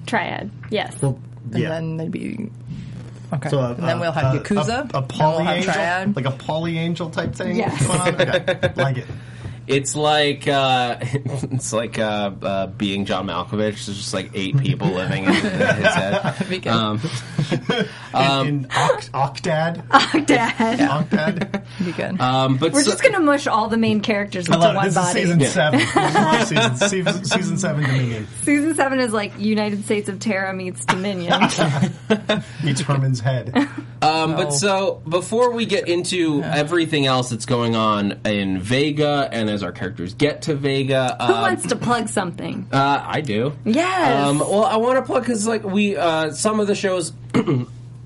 [SPEAKER 2] Triad. Yes.
[SPEAKER 4] And
[SPEAKER 3] Yeah.
[SPEAKER 4] then they'd be okay.
[SPEAKER 3] So, uh,
[SPEAKER 4] and then we'll
[SPEAKER 3] uh,
[SPEAKER 4] have Yakuza.
[SPEAKER 3] a, a
[SPEAKER 4] then we'll
[SPEAKER 3] poly
[SPEAKER 4] have
[SPEAKER 3] angel,
[SPEAKER 4] Triad.
[SPEAKER 3] like a poly angel type thing.
[SPEAKER 2] Yes.
[SPEAKER 3] going on? Okay. like it.
[SPEAKER 1] It's like uh, it's like uh, uh, being John Malkovich. There's just like eight people living in his head.
[SPEAKER 4] Be good.
[SPEAKER 1] Um,
[SPEAKER 3] in,
[SPEAKER 4] Um,
[SPEAKER 3] in Oct- Octad.
[SPEAKER 2] Dad.
[SPEAKER 3] Octad.
[SPEAKER 4] Be good.
[SPEAKER 1] um, but
[SPEAKER 2] We're
[SPEAKER 1] so-
[SPEAKER 2] just gonna mush all the main characters
[SPEAKER 3] I
[SPEAKER 2] into
[SPEAKER 3] love it.
[SPEAKER 2] one
[SPEAKER 3] This is
[SPEAKER 2] body.
[SPEAKER 3] season
[SPEAKER 2] Season.
[SPEAKER 3] seven. This is season, season, season seven Dominion
[SPEAKER 2] seven is like United States of Terra meets Dominion.
[SPEAKER 3] meets Herman's head.
[SPEAKER 1] Um,
[SPEAKER 2] Oh.
[SPEAKER 1] But so before we get into everything else that's going on in Vega and as our characters get to Vega,
[SPEAKER 2] Who
[SPEAKER 1] um,
[SPEAKER 2] wants to plug something?
[SPEAKER 1] uh, I do.
[SPEAKER 2] Yes.
[SPEAKER 1] Um, well, I want to plug because like we uh, some of the shows.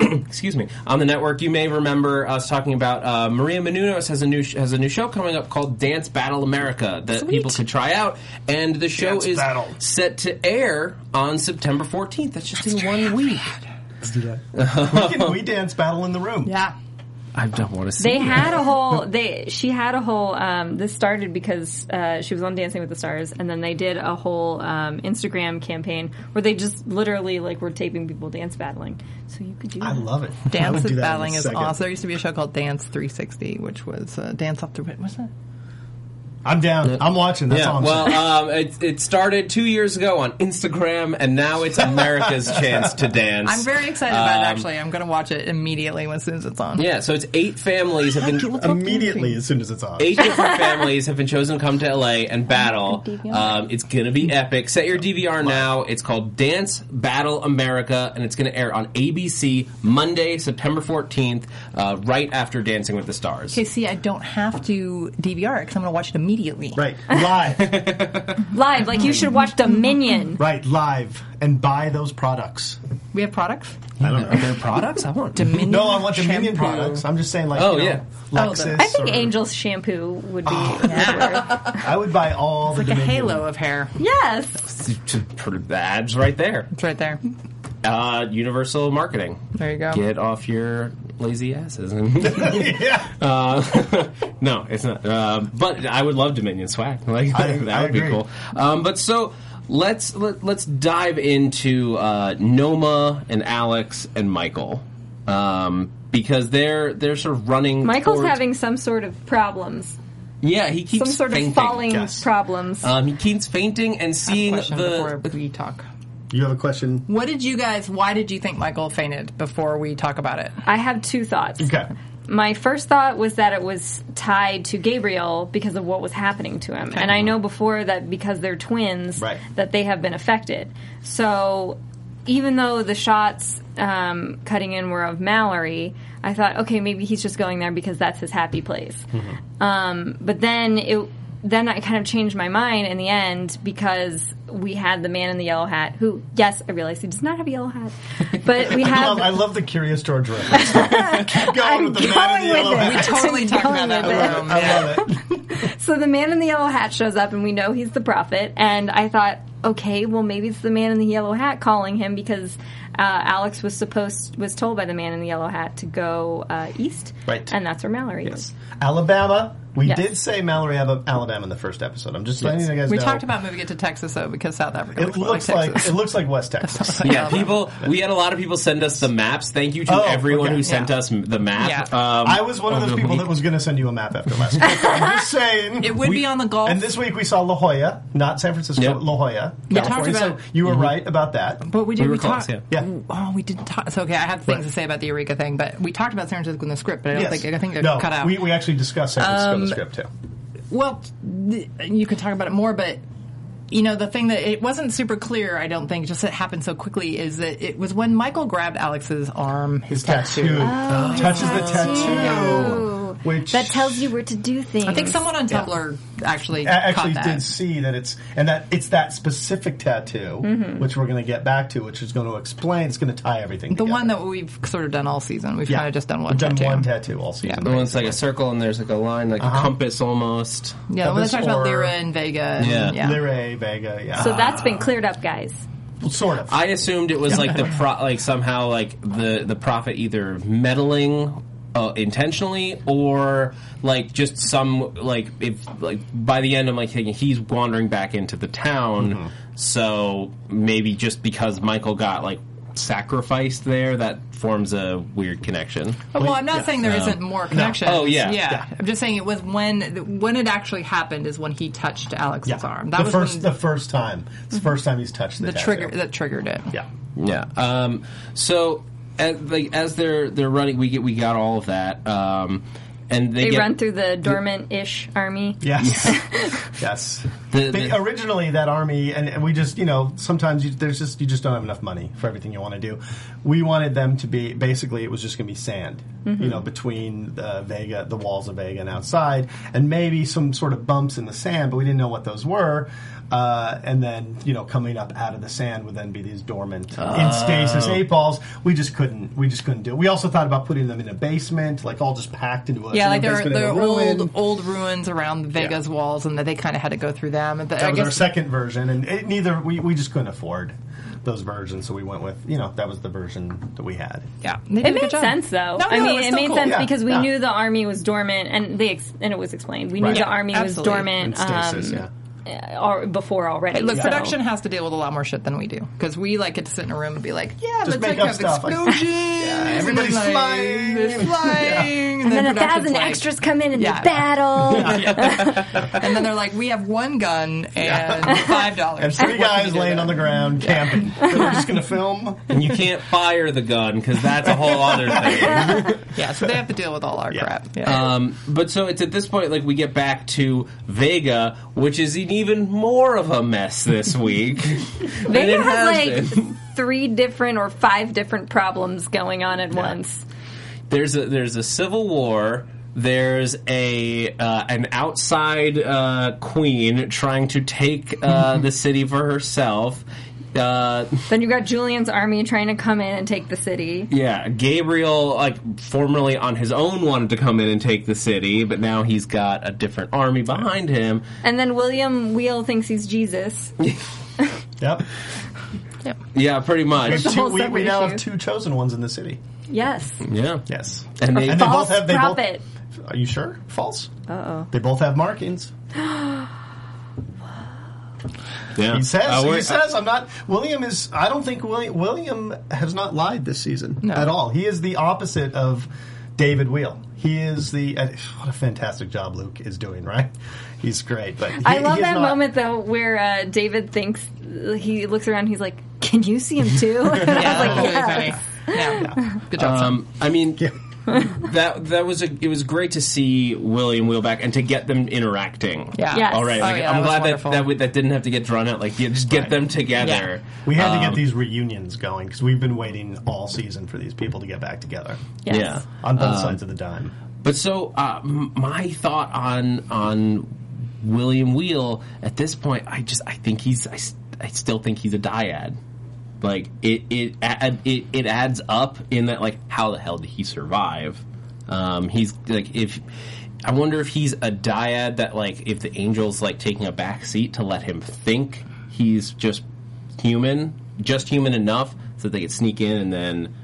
[SPEAKER 1] Excuse me. On the network, you may remember us talking about uh, Maria Menounos has a new sh- has a new show coming up called Dance Battle America that people could try out, and the show
[SPEAKER 3] Dance
[SPEAKER 1] is
[SPEAKER 3] Battle.
[SPEAKER 1] set to air on September fourteenth. That's just in one week.
[SPEAKER 3] Let's do that. we, can, we dance battle in the room.
[SPEAKER 4] yeah.
[SPEAKER 1] I don't want to see.
[SPEAKER 2] They
[SPEAKER 1] it.
[SPEAKER 2] had a whole. They she had a whole. Um, this started because uh, she was on Dancing with the Stars, and then they did a whole um, Instagram campaign where they just literally like were taping people dance battling. So you could do.
[SPEAKER 3] I
[SPEAKER 2] that.
[SPEAKER 3] love it. I
[SPEAKER 4] Dance
[SPEAKER 3] would do that in
[SPEAKER 4] with
[SPEAKER 3] a
[SPEAKER 4] Battling is
[SPEAKER 3] second.
[SPEAKER 4] awesome. There used to be a show called Dance 360, which was uh, Dance Off the Wit. What's that?
[SPEAKER 3] I'm down. I'm watching. That's all
[SPEAKER 1] Yeah,
[SPEAKER 3] I'm
[SPEAKER 1] well,
[SPEAKER 3] saying.
[SPEAKER 1] um, it, it started two years ago on Instagram, and now it's America's chance to dance.
[SPEAKER 4] I'm very excited about
[SPEAKER 1] Um,
[SPEAKER 4] it, actually. I'm going to watch it immediately as soon as it's on.
[SPEAKER 1] Yeah, so it's eight families have been
[SPEAKER 3] Immediately, as soon as it's on.
[SPEAKER 1] eight different families have been chosen to come to LA and battle. Um, it's gonna be epic. Set your DVR now. It's called Dance Battle America, and it's gonna air on ABC Monday, September 14th, uh, right after Dancing with the Stars.
[SPEAKER 4] Okay, see, I don't have to DVR it because I'm going to watch it
[SPEAKER 3] Right,
[SPEAKER 4] immediately.
[SPEAKER 3] live.
[SPEAKER 2] live. Like you should watch Dominion.
[SPEAKER 3] right, live, and buy those products.
[SPEAKER 4] We have products?
[SPEAKER 3] I don't know.
[SPEAKER 1] Their products, I want.
[SPEAKER 4] Dominion
[SPEAKER 3] No, I want Dominion
[SPEAKER 4] shampoo.
[SPEAKER 3] products. I'm just saying, like,
[SPEAKER 1] Oh,
[SPEAKER 3] you know,
[SPEAKER 1] yeah.
[SPEAKER 4] Oh, the-
[SPEAKER 3] Lexus.
[SPEAKER 2] I think
[SPEAKER 3] or-
[SPEAKER 2] Angel's shampoo would be.
[SPEAKER 3] Ah. I would buy all the
[SPEAKER 4] Like a
[SPEAKER 3] Dominion.
[SPEAKER 4] halo of hair.
[SPEAKER 2] yes.
[SPEAKER 1] The ads right there.
[SPEAKER 4] It's right there.
[SPEAKER 1] Uh, universal marketing.
[SPEAKER 4] There you go.
[SPEAKER 1] Get off your lazy asses. And
[SPEAKER 3] yeah,
[SPEAKER 1] no, it's not. Uh, but I would love Dominion swag. Like
[SPEAKER 3] I-
[SPEAKER 1] that
[SPEAKER 3] I
[SPEAKER 1] would be
[SPEAKER 3] agree.
[SPEAKER 1] cool. Um, but so let's let, let's dive into uh, Noma and Alex and Michael um, because they're they're sort of running.
[SPEAKER 2] Michael's
[SPEAKER 1] towards-
[SPEAKER 2] having some sort of problems.
[SPEAKER 1] yeah he keeps
[SPEAKER 2] Some sort
[SPEAKER 1] fainting.
[SPEAKER 2] of falling
[SPEAKER 3] Yes. Uh,
[SPEAKER 2] problems.
[SPEAKER 1] Um, he keeps fainting and seeing
[SPEAKER 4] Question
[SPEAKER 1] the.
[SPEAKER 4] before we talk.
[SPEAKER 3] you have a question.
[SPEAKER 4] What did you guys, why did you think Michael fainted before we talk about it?
[SPEAKER 2] I have two thoughts.
[SPEAKER 3] Okay,
[SPEAKER 2] My first thought was that it was tied to Gabriel because of what was happening to him. And I know before that because they're twins
[SPEAKER 3] Right.
[SPEAKER 2] that they have been affected. So even though the shots um, cutting in were of Mallory, I thought, okay, maybe he's just going there because that's his happy place.
[SPEAKER 3] Mm-hmm.
[SPEAKER 2] Um, but then it then I kind of changed my mind in the end because we had the man in the yellow hat who, yes, I realize he does not have a yellow hat, but we
[SPEAKER 3] I
[SPEAKER 2] have
[SPEAKER 3] love, I love the Curious George reference. Keep going with the man in the yellow
[SPEAKER 4] We
[SPEAKER 3] hat.
[SPEAKER 4] totally talked
[SPEAKER 2] going
[SPEAKER 4] about that.
[SPEAKER 2] with it.
[SPEAKER 4] in the room.
[SPEAKER 3] I love it.
[SPEAKER 2] So the man in the yellow hat shows up, and we know he's the prophet. And I thought, okay, well maybe it's the man in the yellow hat calling him because uh, Alex was supposed was told by the man in the yellow hat to go uh, east,
[SPEAKER 3] Right.
[SPEAKER 2] And that's where Mallory is.
[SPEAKER 3] Alabama. We
[SPEAKER 2] Yes.
[SPEAKER 3] did say Mallory Ab- Alabama in the first episode. I'm just letting you guys
[SPEAKER 4] We
[SPEAKER 3] know.
[SPEAKER 4] talked about moving it to Texas, though, because South Africa
[SPEAKER 3] It looks like
[SPEAKER 4] Texas. Um,
[SPEAKER 3] it looks like West Texas.
[SPEAKER 1] Yeah, people. We had a lot of people send us the maps. Thank you to
[SPEAKER 3] Oh,
[SPEAKER 1] everyone
[SPEAKER 3] okay.
[SPEAKER 1] who sent
[SPEAKER 4] Yeah.
[SPEAKER 1] us m- the map.
[SPEAKER 4] Yeah.
[SPEAKER 1] Um,
[SPEAKER 3] I was one of
[SPEAKER 1] over
[SPEAKER 3] those
[SPEAKER 1] the
[SPEAKER 3] people
[SPEAKER 1] week.
[SPEAKER 3] that was going to send you a map after last week. I'm just saying.
[SPEAKER 4] It would
[SPEAKER 3] We-
[SPEAKER 4] be on the Gulf.
[SPEAKER 3] And this week we saw La Jolla, not San Francisco,
[SPEAKER 1] Yep.
[SPEAKER 3] La Jolla.
[SPEAKER 4] We talked
[SPEAKER 3] California.
[SPEAKER 4] about-
[SPEAKER 3] so you were right about that.
[SPEAKER 4] But we did.
[SPEAKER 1] We
[SPEAKER 4] We,
[SPEAKER 1] were
[SPEAKER 4] talked.
[SPEAKER 1] close,
[SPEAKER 3] yeah.
[SPEAKER 4] Oh, we didn't talk. So okay, I have things to say about the Eureka thing, but we talked about San Francisco in the script, but I don't
[SPEAKER 3] Yes.
[SPEAKER 4] think I think they're
[SPEAKER 3] no,
[SPEAKER 4] cut out. Um,
[SPEAKER 3] We, we actually discussed San Francisco in the script too.
[SPEAKER 4] well, th- you could talk about it more, but you know the thing that it wasn't super clear. I don't think just it happened so quickly is that it was when Michael grabbed Alex's arm, his, tattoo.
[SPEAKER 3] touches
[SPEAKER 4] Oh,
[SPEAKER 3] the tattoo,
[SPEAKER 2] tattoo.
[SPEAKER 3] which
[SPEAKER 2] That tells you where to do things.
[SPEAKER 4] I think someone on Tumblr actually
[SPEAKER 3] I actually
[SPEAKER 4] caught that.
[SPEAKER 3] did see that it's and that it's that specific tattoo,
[SPEAKER 4] Mm-hmm.
[SPEAKER 3] which we're going to get back to, which is going to explain. It's going to tie everything.
[SPEAKER 4] The one that we've sort of done all season. We've kind of just done one.
[SPEAKER 3] We've done
[SPEAKER 4] tattoo.
[SPEAKER 3] one tattoo all season.
[SPEAKER 1] The one's like a circle and there's like a line, like a compass almost.
[SPEAKER 4] Yeah, well, I
[SPEAKER 3] This
[SPEAKER 4] talked about
[SPEAKER 3] or-
[SPEAKER 4] Lyra and Vega. and-
[SPEAKER 1] Yeah.
[SPEAKER 4] yeah.
[SPEAKER 3] Lyrae, Vega, yeah,
[SPEAKER 2] So that's been cleared up, guys.
[SPEAKER 3] sort of.
[SPEAKER 1] I assumed it was like the pro- like somehow like the the prophet either meddling uh, intentionally or like just some like if like by the end I'm like thinking he's wandering back into the town, so maybe just because Michael got like sacrificed there, that forms a weird connection.
[SPEAKER 4] Oh, Well, I'm not saying there not more connection.
[SPEAKER 1] Oh, yeah.
[SPEAKER 4] yeah.
[SPEAKER 1] Yeah.
[SPEAKER 4] I'm just saying it was when when it actually happened is when he touched Alex's arm. That
[SPEAKER 3] the
[SPEAKER 4] was
[SPEAKER 3] first
[SPEAKER 4] when Mm-hmm.
[SPEAKER 3] the first time. It's the first time he's touched the,
[SPEAKER 4] the
[SPEAKER 3] tattoo.
[SPEAKER 4] trigger that triggered it.
[SPEAKER 3] Yeah.
[SPEAKER 1] Yeah. Um, so as, like as they're they're running, we get we got all of that, um, and they,
[SPEAKER 2] They
[SPEAKER 1] get,
[SPEAKER 2] run through the dormant-ish army.
[SPEAKER 3] Yes. yes.
[SPEAKER 1] The-
[SPEAKER 3] Be-
[SPEAKER 1] the-
[SPEAKER 3] originally, that army, and, and we just, you know, sometimes you, there's just you just don't have enough money for everything you want to do. We wanted them to be basically it was just going to be sand, you know, between the Vega, the walls of Vega, and outside, and maybe some sort of bumps in the sand, but we didn't know what those were. Uh, and then you know, coming up out of the sand would then be these dormant in stasis eight balls. We just couldn't. We just couldn't do it. We also thought about putting them in a basement, like all just packed into a
[SPEAKER 4] Yeah,
[SPEAKER 3] in
[SPEAKER 4] like
[SPEAKER 3] a
[SPEAKER 4] there are,
[SPEAKER 3] basement in
[SPEAKER 4] there
[SPEAKER 3] a
[SPEAKER 4] are
[SPEAKER 3] ruin.
[SPEAKER 4] old old ruins around Vega's walls, and that they kind of had to go through them. And the-
[SPEAKER 3] That
[SPEAKER 4] I
[SPEAKER 3] was
[SPEAKER 4] guess
[SPEAKER 3] our second version, and it, neither we, we just couldn't afford those versions, so we went with you know that was the version that we had.
[SPEAKER 4] yeah, they did a
[SPEAKER 2] It
[SPEAKER 4] good
[SPEAKER 2] made
[SPEAKER 4] job.
[SPEAKER 2] sense though.
[SPEAKER 4] No,
[SPEAKER 2] I
[SPEAKER 4] no,
[SPEAKER 2] mean, it
[SPEAKER 4] was still
[SPEAKER 2] made
[SPEAKER 4] cool.
[SPEAKER 2] sense
[SPEAKER 3] Yeah,
[SPEAKER 2] because we
[SPEAKER 3] yeah.
[SPEAKER 2] knew the army was dormant, and they ex- and it was explained. We knew
[SPEAKER 3] Right.
[SPEAKER 2] the army
[SPEAKER 4] Absolutely.
[SPEAKER 2] was dormant
[SPEAKER 3] stasis,
[SPEAKER 2] um, or before already.
[SPEAKER 4] Look,
[SPEAKER 2] so-
[SPEAKER 4] production has to deal with a lot more shit than we do because we like get to sit in a room and be like, yeah,
[SPEAKER 3] Just
[SPEAKER 4] let's
[SPEAKER 3] make
[SPEAKER 4] like
[SPEAKER 3] up
[SPEAKER 4] have
[SPEAKER 3] stuff. Like,
[SPEAKER 4] explosions.
[SPEAKER 3] everybody's
[SPEAKER 4] and, like,
[SPEAKER 3] flying.
[SPEAKER 4] they're flying,
[SPEAKER 2] And then a
[SPEAKER 4] production's
[SPEAKER 2] thousand
[SPEAKER 4] like-
[SPEAKER 2] extras come in and
[SPEAKER 4] Yeah.
[SPEAKER 2] they battle.
[SPEAKER 4] and then they're like, we have one gun and five dollars.
[SPEAKER 3] And three guys laying on the ground camping. We're just gonna film.
[SPEAKER 1] and you can't fire the gun because that's a whole other thing.
[SPEAKER 4] Yeah, so they have to deal with all our
[SPEAKER 3] Yeah.
[SPEAKER 4] crap. Yeah.
[SPEAKER 1] Um, but so it's at this point, like we get back to Vega, which is an even more of a mess this week. than
[SPEAKER 2] Vega
[SPEAKER 1] it
[SPEAKER 2] has like
[SPEAKER 1] been.
[SPEAKER 2] three different or five different problems going on at once.
[SPEAKER 1] there's a there's a civil war. There's a uh, an outside uh, queen trying to take
[SPEAKER 2] Mm-hmm.
[SPEAKER 1] uh, the city for herself. Uh,
[SPEAKER 2] Then you got Julian's army trying to come in and take the city.
[SPEAKER 1] yeah, Gabriel, like formerly on his own, wanted to come in and take the city, but now he's got a different army behind him.
[SPEAKER 2] And then William Wheel thinks he's Jesus.
[SPEAKER 3] Yep.
[SPEAKER 1] Yeah, pretty much.
[SPEAKER 2] the
[SPEAKER 3] Two,
[SPEAKER 2] whole
[SPEAKER 3] we, we
[SPEAKER 2] separate
[SPEAKER 3] now have
[SPEAKER 2] issue.
[SPEAKER 3] two chosen ones in the city.
[SPEAKER 2] Yes.
[SPEAKER 1] Yeah,
[SPEAKER 3] Yes.
[SPEAKER 1] and they,
[SPEAKER 3] And they
[SPEAKER 2] False
[SPEAKER 3] both have. They
[SPEAKER 2] prophet.
[SPEAKER 3] both. Are you sure? False. Uh oh. They both have markings.
[SPEAKER 1] yeah.
[SPEAKER 3] He says.
[SPEAKER 1] Uh,
[SPEAKER 3] he
[SPEAKER 1] we're-
[SPEAKER 3] says. I'm not. William is. I don't think William. William has not lied this season at all. He is the opposite of David Wheel. He is the. uh, What a fantastic job Luke is doing. Right. He's great. But he,
[SPEAKER 2] I love
[SPEAKER 3] he is
[SPEAKER 2] that
[SPEAKER 3] not-
[SPEAKER 2] moment though where uh, David thinks he looks around. He's like, "Can you see him too?"
[SPEAKER 4] yeah,
[SPEAKER 2] I was
[SPEAKER 4] that
[SPEAKER 2] like,
[SPEAKER 4] was really
[SPEAKER 2] "Yeah."
[SPEAKER 4] funny. Yeah. Good job. son.
[SPEAKER 1] Um, I mean, that that was a, it was great to see William Wheel back and to get them interacting.
[SPEAKER 4] Yeah.
[SPEAKER 2] Yes.
[SPEAKER 1] All right.
[SPEAKER 4] Oh,
[SPEAKER 1] Like,
[SPEAKER 4] yeah, that
[SPEAKER 1] I'm
[SPEAKER 4] was
[SPEAKER 1] glad that
[SPEAKER 4] wonderful.
[SPEAKER 1] that, we, that didn't have to get drawn out. Like, you just get them together.
[SPEAKER 3] We had
[SPEAKER 1] Um,
[SPEAKER 3] to get these reunions going because we've been waiting all season for these people to get back together
[SPEAKER 2] Yes.
[SPEAKER 1] Yeah.
[SPEAKER 3] on both sides of the dime.
[SPEAKER 1] But so uh, m- my thought on on William Wheel at this point, I just I think he's I, s- I still think he's a dyad. Like it it add, it it adds up in that like how the hell did he survive? Um, he's like if I wonder if he's a dyad that like if the angels like taking a back seat to let him think he's just human, just human enough so that they could sneak in and then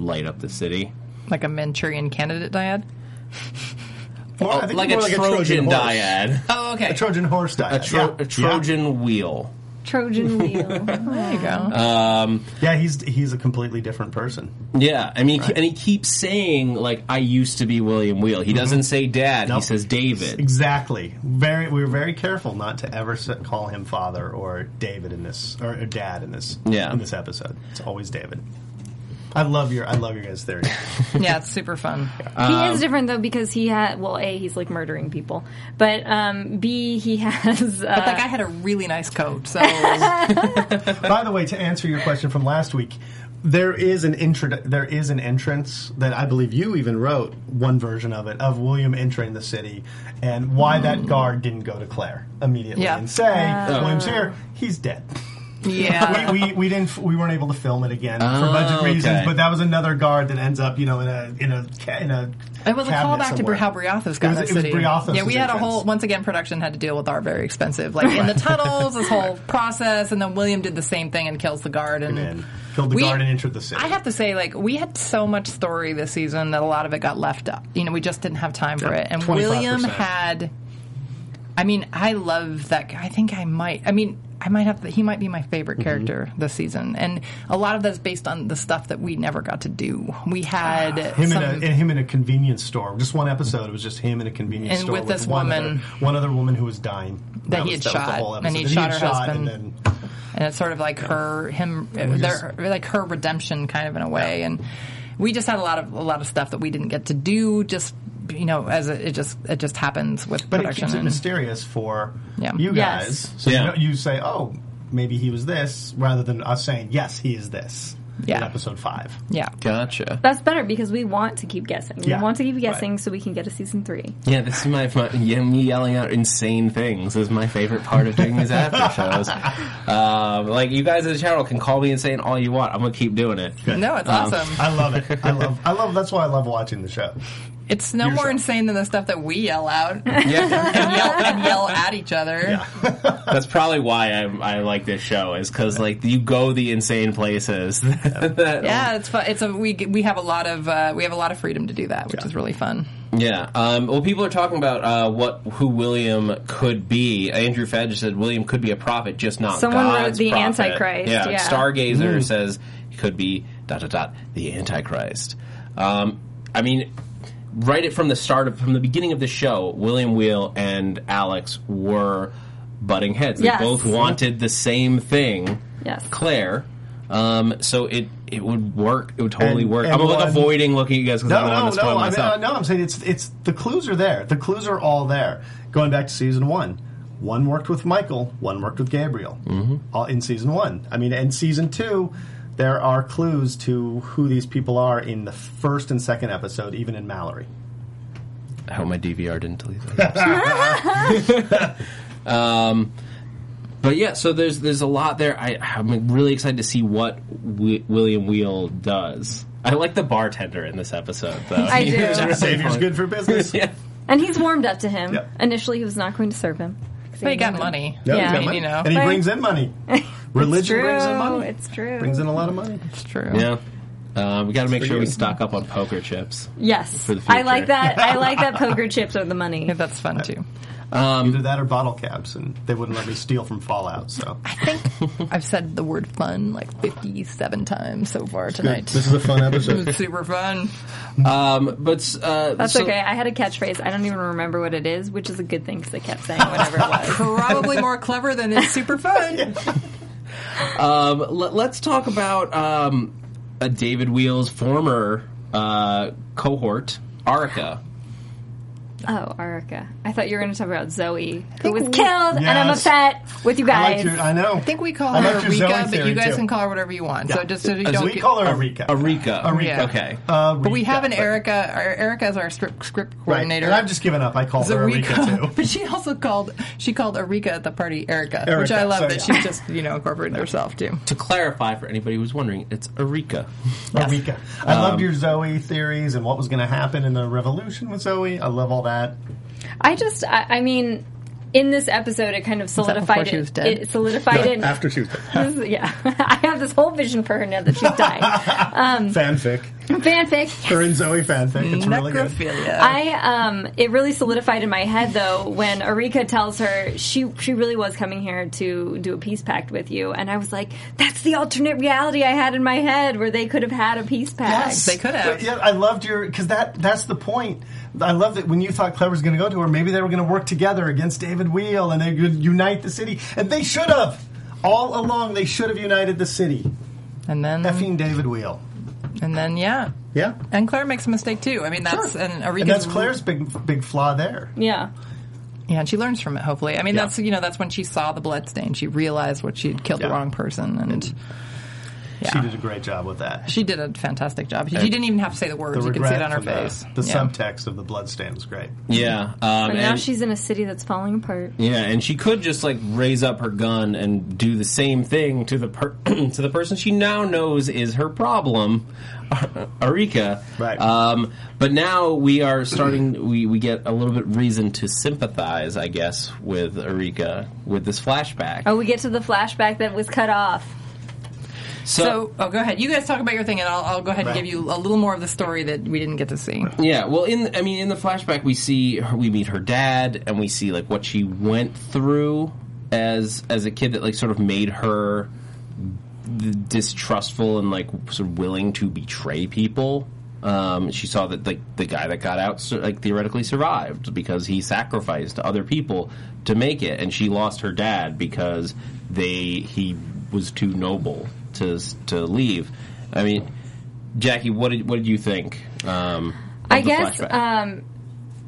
[SPEAKER 1] light up the city.
[SPEAKER 4] like a Manchurian candidate dyad.
[SPEAKER 3] More- I think
[SPEAKER 1] oh, Like a,
[SPEAKER 3] more
[SPEAKER 1] Trojan,
[SPEAKER 3] horse.
[SPEAKER 1] dyad.
[SPEAKER 4] Oh, okay.
[SPEAKER 3] A Trojan horse diet.
[SPEAKER 1] a, tro-
[SPEAKER 3] yeah.
[SPEAKER 1] a Trojan wheel.
[SPEAKER 2] Trojan wheel.
[SPEAKER 4] there you go.
[SPEAKER 3] Yeah. yeah, he's he's a completely different person.
[SPEAKER 1] Yeah, I mean, and he keeps saying like, "I used to be William Wheel." He doesn't say Dad. He
[SPEAKER 3] Mm-hmm. Nope.
[SPEAKER 1] says David.
[SPEAKER 3] Exactly. Very. We were very careful not to ever s- call him father or David in this or, or dad in this.
[SPEAKER 1] Yeah.
[SPEAKER 3] In this episode, it's always David. I love your I love your guys' theory.
[SPEAKER 4] Yeah, it's super fun.
[SPEAKER 3] Um,
[SPEAKER 2] he is different though because he had well, a he's like murdering people, but um, b he has. Uh,
[SPEAKER 4] Like I had a really nice coat, so yeah,
[SPEAKER 3] By the way, to answer your question from last week, there is an intro. There is an entrance that I believe you even wrote one version of it of William entering the city and why that guard didn't go to Claire immediately
[SPEAKER 4] Mm. Yeah.
[SPEAKER 3] and say William's here, he's dead. we, we, we didn't we weren't able to film it again for budget
[SPEAKER 1] Uh, Oh, okay.
[SPEAKER 3] reasons, but that was another guard that ends up you know in a in a ca- in a.
[SPEAKER 4] it was a
[SPEAKER 3] cabinet
[SPEAKER 4] callback
[SPEAKER 3] somewhere.
[SPEAKER 4] to how Briathos
[SPEAKER 3] It
[SPEAKER 4] got
[SPEAKER 3] was-
[SPEAKER 4] that
[SPEAKER 3] it was
[SPEAKER 4] city.
[SPEAKER 3] Briathos'
[SPEAKER 4] yeah, we had a
[SPEAKER 3] entrance.
[SPEAKER 4] whole. Once again, production had to deal with our very expensive, like in the tunnels, this whole process, and then William did the same thing and kills the guard and,
[SPEAKER 3] And killed the
[SPEAKER 4] We-
[SPEAKER 3] guard and entered the city.
[SPEAKER 4] I have to say, like, we had so much story this season that a lot of it got left up. You know, we just didn't have time for it. And William
[SPEAKER 3] 25%.
[SPEAKER 4] had I mean, I love that. guy. I think I might. I mean, I might have. To, he might be my
[SPEAKER 3] Mm-hmm.
[SPEAKER 4] favorite character this season, and a lot of that's based on the stuff that we never got to do. We had
[SPEAKER 3] Him uh,
[SPEAKER 4] some,
[SPEAKER 3] in a him in a convenience store. Just one episode. It was just him in a convenience
[SPEAKER 4] And
[SPEAKER 3] store
[SPEAKER 4] with this
[SPEAKER 3] one
[SPEAKER 4] woman-
[SPEAKER 3] other, one other woman who was dying. That,
[SPEAKER 4] he
[SPEAKER 3] was,
[SPEAKER 4] had
[SPEAKER 3] that was
[SPEAKER 4] shot,
[SPEAKER 3] the whole
[SPEAKER 4] and
[SPEAKER 3] episode. That
[SPEAKER 4] he shot her
[SPEAKER 3] shot, and
[SPEAKER 4] husband.
[SPEAKER 3] then
[SPEAKER 4] and it's sort of like her, him,
[SPEAKER 3] Oh,
[SPEAKER 4] uh, their, like her redemption, kind of in a way. And we just had a lot of a lot of stuff that we didn't get to do. Just you know, as it, it just it just happens with
[SPEAKER 3] but it
[SPEAKER 4] production.
[SPEAKER 3] keeps it
[SPEAKER 4] and-
[SPEAKER 3] mysterious for
[SPEAKER 4] Yeah.
[SPEAKER 3] you
[SPEAKER 2] Yes.
[SPEAKER 3] guys. So you
[SPEAKER 1] Yeah.
[SPEAKER 3] know- you, say, "Oh, maybe he was this," rather than us saying, "Yes, he is this."
[SPEAKER 4] Yeah.
[SPEAKER 3] In episode five.
[SPEAKER 4] yeah,
[SPEAKER 1] Gotcha.
[SPEAKER 2] That's better because we want to keep guessing.
[SPEAKER 3] Yeah.
[SPEAKER 2] We want to keep
[SPEAKER 3] Right.
[SPEAKER 2] guessing so we can get a season three.
[SPEAKER 1] Yeah, this is my fun. Yeah, me yelling out insane things is my favorite part of doing these after shows. Um, like you guys in the channel can call me insane all you want. I'm gonna keep doing it.
[SPEAKER 4] no, it's awesome.
[SPEAKER 3] I love it. I love. I love. That's why I love watching the show.
[SPEAKER 4] It's no
[SPEAKER 3] Usual.
[SPEAKER 4] more insane than the stuff that we yell out and
[SPEAKER 1] Yeah,
[SPEAKER 4] yell, and yell at each other.
[SPEAKER 1] that's probably why I, I like this show is because like you go the insane places. that-
[SPEAKER 4] Yeah, it's fun. It's a we we have a lot of uh, we have a lot of freedom to do that, which is really fun.
[SPEAKER 1] Yeah. Um, well, people are talking about uh, what who William could be. Andrew Fedge said William could be a prophet, just not
[SPEAKER 2] Someone wrote
[SPEAKER 1] God's
[SPEAKER 2] the
[SPEAKER 1] prophet.
[SPEAKER 2] Antichrist,
[SPEAKER 1] Yeah.
[SPEAKER 2] yeah.
[SPEAKER 3] Mm.
[SPEAKER 1] Stargazer says he could be dot dot dot the Antichrist. Um, I mean, right at from the start of from the beginning of the show, William Wheel and Alex were butting heads. They
[SPEAKER 2] Yes.
[SPEAKER 1] both wanted the same thing.
[SPEAKER 2] Yes.
[SPEAKER 1] Claire. Um, so it it would work. It would totally
[SPEAKER 3] And-
[SPEAKER 1] work.
[SPEAKER 3] and
[SPEAKER 1] I'm like
[SPEAKER 3] one-
[SPEAKER 1] avoiding looking at you guys because I
[SPEAKER 3] No,
[SPEAKER 1] don't
[SPEAKER 3] no,
[SPEAKER 1] want to spoil
[SPEAKER 3] no. I mean,
[SPEAKER 1] myself.
[SPEAKER 3] uh, no. I'm saying it's it's the clues are there. The clues are all there. Going back to season one, one worked with Michael, one worked with Gabriel. Mm-hmm. All in season one. I mean, in season two, there are clues to who these people are in the first and second episode, even in Mallory.
[SPEAKER 1] I hope my DVR didn't delete that. um, but yeah, so there's there's a lot there. I, I'm really excited to see what w- William Wheel does. I like the bartender in this episode, though.
[SPEAKER 2] I
[SPEAKER 1] He was
[SPEAKER 2] do.
[SPEAKER 1] really
[SPEAKER 3] Savior's
[SPEAKER 1] fun.
[SPEAKER 3] good for business.
[SPEAKER 1] Yeah.
[SPEAKER 2] And he's warmed up to him.
[SPEAKER 3] Yeah.
[SPEAKER 2] Initially, he was not going to serve him.
[SPEAKER 4] But he got money.
[SPEAKER 3] No, he's
[SPEAKER 2] Yeah.
[SPEAKER 3] got
[SPEAKER 4] You
[SPEAKER 3] money.
[SPEAKER 4] know.
[SPEAKER 3] and he
[SPEAKER 2] Right.
[SPEAKER 3] brings in money. Religion brings in money.
[SPEAKER 2] It's true.
[SPEAKER 3] brings in a lot of money.
[SPEAKER 4] It's true.
[SPEAKER 1] Yeah. Um, we got to make sure we stock up on poker chips.
[SPEAKER 2] yes,
[SPEAKER 1] For the future.
[SPEAKER 2] I like that. I like that poker chips are the money.
[SPEAKER 4] Yeah, that's fun too.
[SPEAKER 3] Either that or bottle caps, and they wouldn't let me steal from Fallout. So Uh,
[SPEAKER 4] I've said the word fun like 57 times so far tonight.
[SPEAKER 3] is a fun episode.
[SPEAKER 4] It's super fun.
[SPEAKER 1] Um, but uh,
[SPEAKER 2] That's
[SPEAKER 1] so-
[SPEAKER 2] okay. I had a catchphrase. I don't even remember what it is, which is a good thing because I kept saying whatever it was.
[SPEAKER 4] Probably more clever than it's super fun.
[SPEAKER 1] Um, let, let's talk about um, uh, David Wheel's former uh, cohort, Arica.
[SPEAKER 2] Oh, Arica. I thought you were going to talk about Zoe, who was
[SPEAKER 4] we-
[SPEAKER 2] killed, and I'm
[SPEAKER 3] Yes.
[SPEAKER 2] upset with you
[SPEAKER 3] I,
[SPEAKER 2] guys.
[SPEAKER 3] like your, I know.
[SPEAKER 4] I think we call
[SPEAKER 3] I like
[SPEAKER 4] her
[SPEAKER 3] your Zoe
[SPEAKER 4] Rika, but
[SPEAKER 3] theory,
[SPEAKER 4] you guys
[SPEAKER 3] too.
[SPEAKER 4] can call her whatever you want. So just so you don't
[SPEAKER 3] we
[SPEAKER 4] get-
[SPEAKER 3] call her Arika.
[SPEAKER 1] Arica.
[SPEAKER 4] Yeah.
[SPEAKER 1] Okay.
[SPEAKER 3] Uh,
[SPEAKER 4] But we have an Erica. Our, Erica is our script, script
[SPEAKER 3] Right.
[SPEAKER 4] coordinator.
[SPEAKER 3] And I've just given up. I called
[SPEAKER 4] So
[SPEAKER 3] her
[SPEAKER 4] we
[SPEAKER 3] Arika
[SPEAKER 4] call-
[SPEAKER 3] too.
[SPEAKER 4] But she also called she called Erika at the party Erica, which
[SPEAKER 3] Erica,
[SPEAKER 4] I love
[SPEAKER 3] so
[SPEAKER 4] that
[SPEAKER 3] yeah.
[SPEAKER 4] she just you know incorporated herself too.
[SPEAKER 1] to clarify for anybody who's wondering, it's Eureka.
[SPEAKER 3] Arika. I loved your Zoe theories and what was going to happen in the revolution with Zoe. I love all that.
[SPEAKER 2] I just, I, I mean, in this episode, it kind of
[SPEAKER 4] before
[SPEAKER 2] solidified
[SPEAKER 4] she was
[SPEAKER 2] it.
[SPEAKER 4] dead?
[SPEAKER 2] It solidified it.
[SPEAKER 3] After she was
[SPEAKER 2] This is- yeah, I have this whole vision for her now that she's died.
[SPEAKER 3] fanfic,
[SPEAKER 2] Fanfic.
[SPEAKER 3] her and Zoe fanfic. It's really good.
[SPEAKER 4] Necrophilia.
[SPEAKER 2] I um, it really solidified in my head though when Arika tells her she she really was coming here to do a peace pact with you, and I was like, that's the alternate reality I had in my head where they could have had a peace pact.
[SPEAKER 4] Yes. They could have.
[SPEAKER 3] But, Yeah, I loved your because that that's the point. I love that when you thought Claire was going to go to her, maybe they were going to work together against David Wheel and they could unite the city, and they should have. All along, they should have united the city.
[SPEAKER 4] and then
[SPEAKER 3] Effing David Wheel.
[SPEAKER 4] and then yeah,
[SPEAKER 3] E Yeah.
[SPEAKER 4] Mm-hmm. and Claire makes a mistake too. I mean that's
[SPEAKER 3] Sure.
[SPEAKER 4] and
[SPEAKER 3] And
[SPEAKER 4] Erika's
[SPEAKER 3] that's Claire's big big flaw there.
[SPEAKER 2] Yeah.
[SPEAKER 4] Yeah, and she learns from it. Hopefully, I mean
[SPEAKER 3] Yeah.
[SPEAKER 4] that's you know that's when she saw the blood stain. She realized what she had killed
[SPEAKER 3] Yeah.
[SPEAKER 4] the wrong person, and yeah,
[SPEAKER 3] She did a great job with that.
[SPEAKER 4] She did a fantastic job. She didn't even have to say the words;
[SPEAKER 3] The
[SPEAKER 4] you could see it
[SPEAKER 3] regret
[SPEAKER 4] on her
[SPEAKER 3] from the-
[SPEAKER 4] face.
[SPEAKER 3] The,
[SPEAKER 4] Yeah.
[SPEAKER 3] subtext of the bloodstain was great.
[SPEAKER 1] Yeah. Um,
[SPEAKER 2] But now
[SPEAKER 1] and-
[SPEAKER 2] she's in a city that's falling apart.
[SPEAKER 1] yeah, and she could just like raise up her gun and do the same thing to the per- to the person she now knows is her problem, Eureka.
[SPEAKER 3] Right.
[SPEAKER 1] Um, but now we are starting. We we get a little bit reason to sympathize, I guess, with Eureka with this flashback.
[SPEAKER 2] Oh, we get to the flashback that was cut off.
[SPEAKER 1] So-
[SPEAKER 4] So, oh, go ahead. You guys talk about your thing, and I'll, I'll go ahead
[SPEAKER 3] Right.
[SPEAKER 4] and give you a little more of the story that we didn't get to see.
[SPEAKER 1] Yeah, well, in I mean, in the flashback, we see her, we meet her dad, and we see like what she went through as as a kid that like sort of made her th- distrustful and like sort of willing to betray people. Um, she saw that like the guy that got out sur- like theoretically survived because he sacrificed other people to make it, and she lost her dad because they he was too noble to s- to leave. I mean, Jackie, what did what did you think? Um, of
[SPEAKER 2] I
[SPEAKER 1] the
[SPEAKER 2] guess
[SPEAKER 1] flashback?
[SPEAKER 2] um,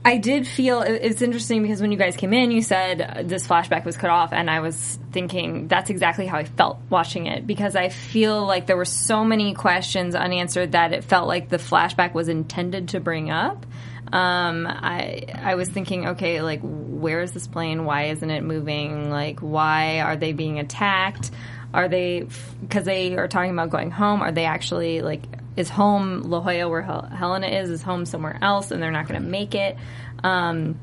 [SPEAKER 2] I did feel it, it's interesting because when you guys came in, you said uh, this flashback was cut off, and I was thinking that's exactly how I felt watching it because I feel like there were so many questions unanswered that it felt like the flashback was intended to bring up. Um, I I was thinking, okay, like where is this plane? Why isn't it moving? Like why are they being attacked? Are they because they are talking about going home? Are they actually like is home La Jolla where Hel- Helena is? Is home somewhere else, and they're not going to make it? Um,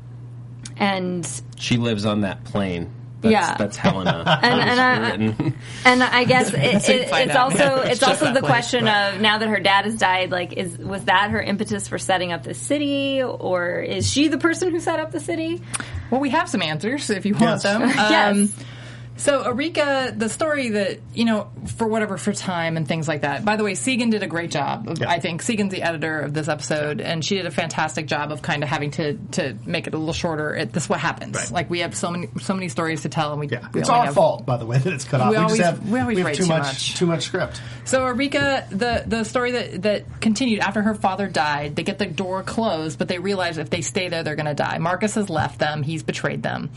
[SPEAKER 2] and
[SPEAKER 1] she lives on that plane. That's,
[SPEAKER 2] Yeah.
[SPEAKER 1] that's Helena.
[SPEAKER 2] and and I,
[SPEAKER 1] Written.
[SPEAKER 2] and I guess it, it,
[SPEAKER 4] how you find
[SPEAKER 2] it's
[SPEAKER 4] out.
[SPEAKER 2] also
[SPEAKER 4] It's
[SPEAKER 2] it's
[SPEAKER 4] just
[SPEAKER 2] also
[SPEAKER 4] that
[SPEAKER 2] the
[SPEAKER 4] place,
[SPEAKER 2] question of now that her dad has died, like is was that her impetus for setting up the city, or is she the person who set up the city?
[SPEAKER 4] Well, we have some answers if you
[SPEAKER 3] Yes.
[SPEAKER 4] want them. Um,
[SPEAKER 2] Yes.
[SPEAKER 4] so, Erika, the story that, you know, for whatever, for time and things like that. By the way, Segan did a great job. Of,
[SPEAKER 3] Yeah.
[SPEAKER 4] I think Segan's the editor of this episode, and she did a fantastic job of kind of having to, to make it a little shorter. It, this is what happens.
[SPEAKER 3] Right.
[SPEAKER 4] Like, we have so many so many stories to tell, and we,
[SPEAKER 3] Yeah,
[SPEAKER 4] we
[SPEAKER 3] it's
[SPEAKER 4] only
[SPEAKER 3] our
[SPEAKER 4] have-
[SPEAKER 3] fault, by the way, that it's cut off.
[SPEAKER 4] We always-
[SPEAKER 3] just have
[SPEAKER 4] we always
[SPEAKER 3] have
[SPEAKER 4] write
[SPEAKER 3] too
[SPEAKER 4] too
[SPEAKER 3] much,
[SPEAKER 4] much.
[SPEAKER 3] too much script.
[SPEAKER 4] So Erika, the the story that that continued after her father died, they get the door closed, but they realize if they stay there, they're going to die. Marcus has left them; he's betrayed them,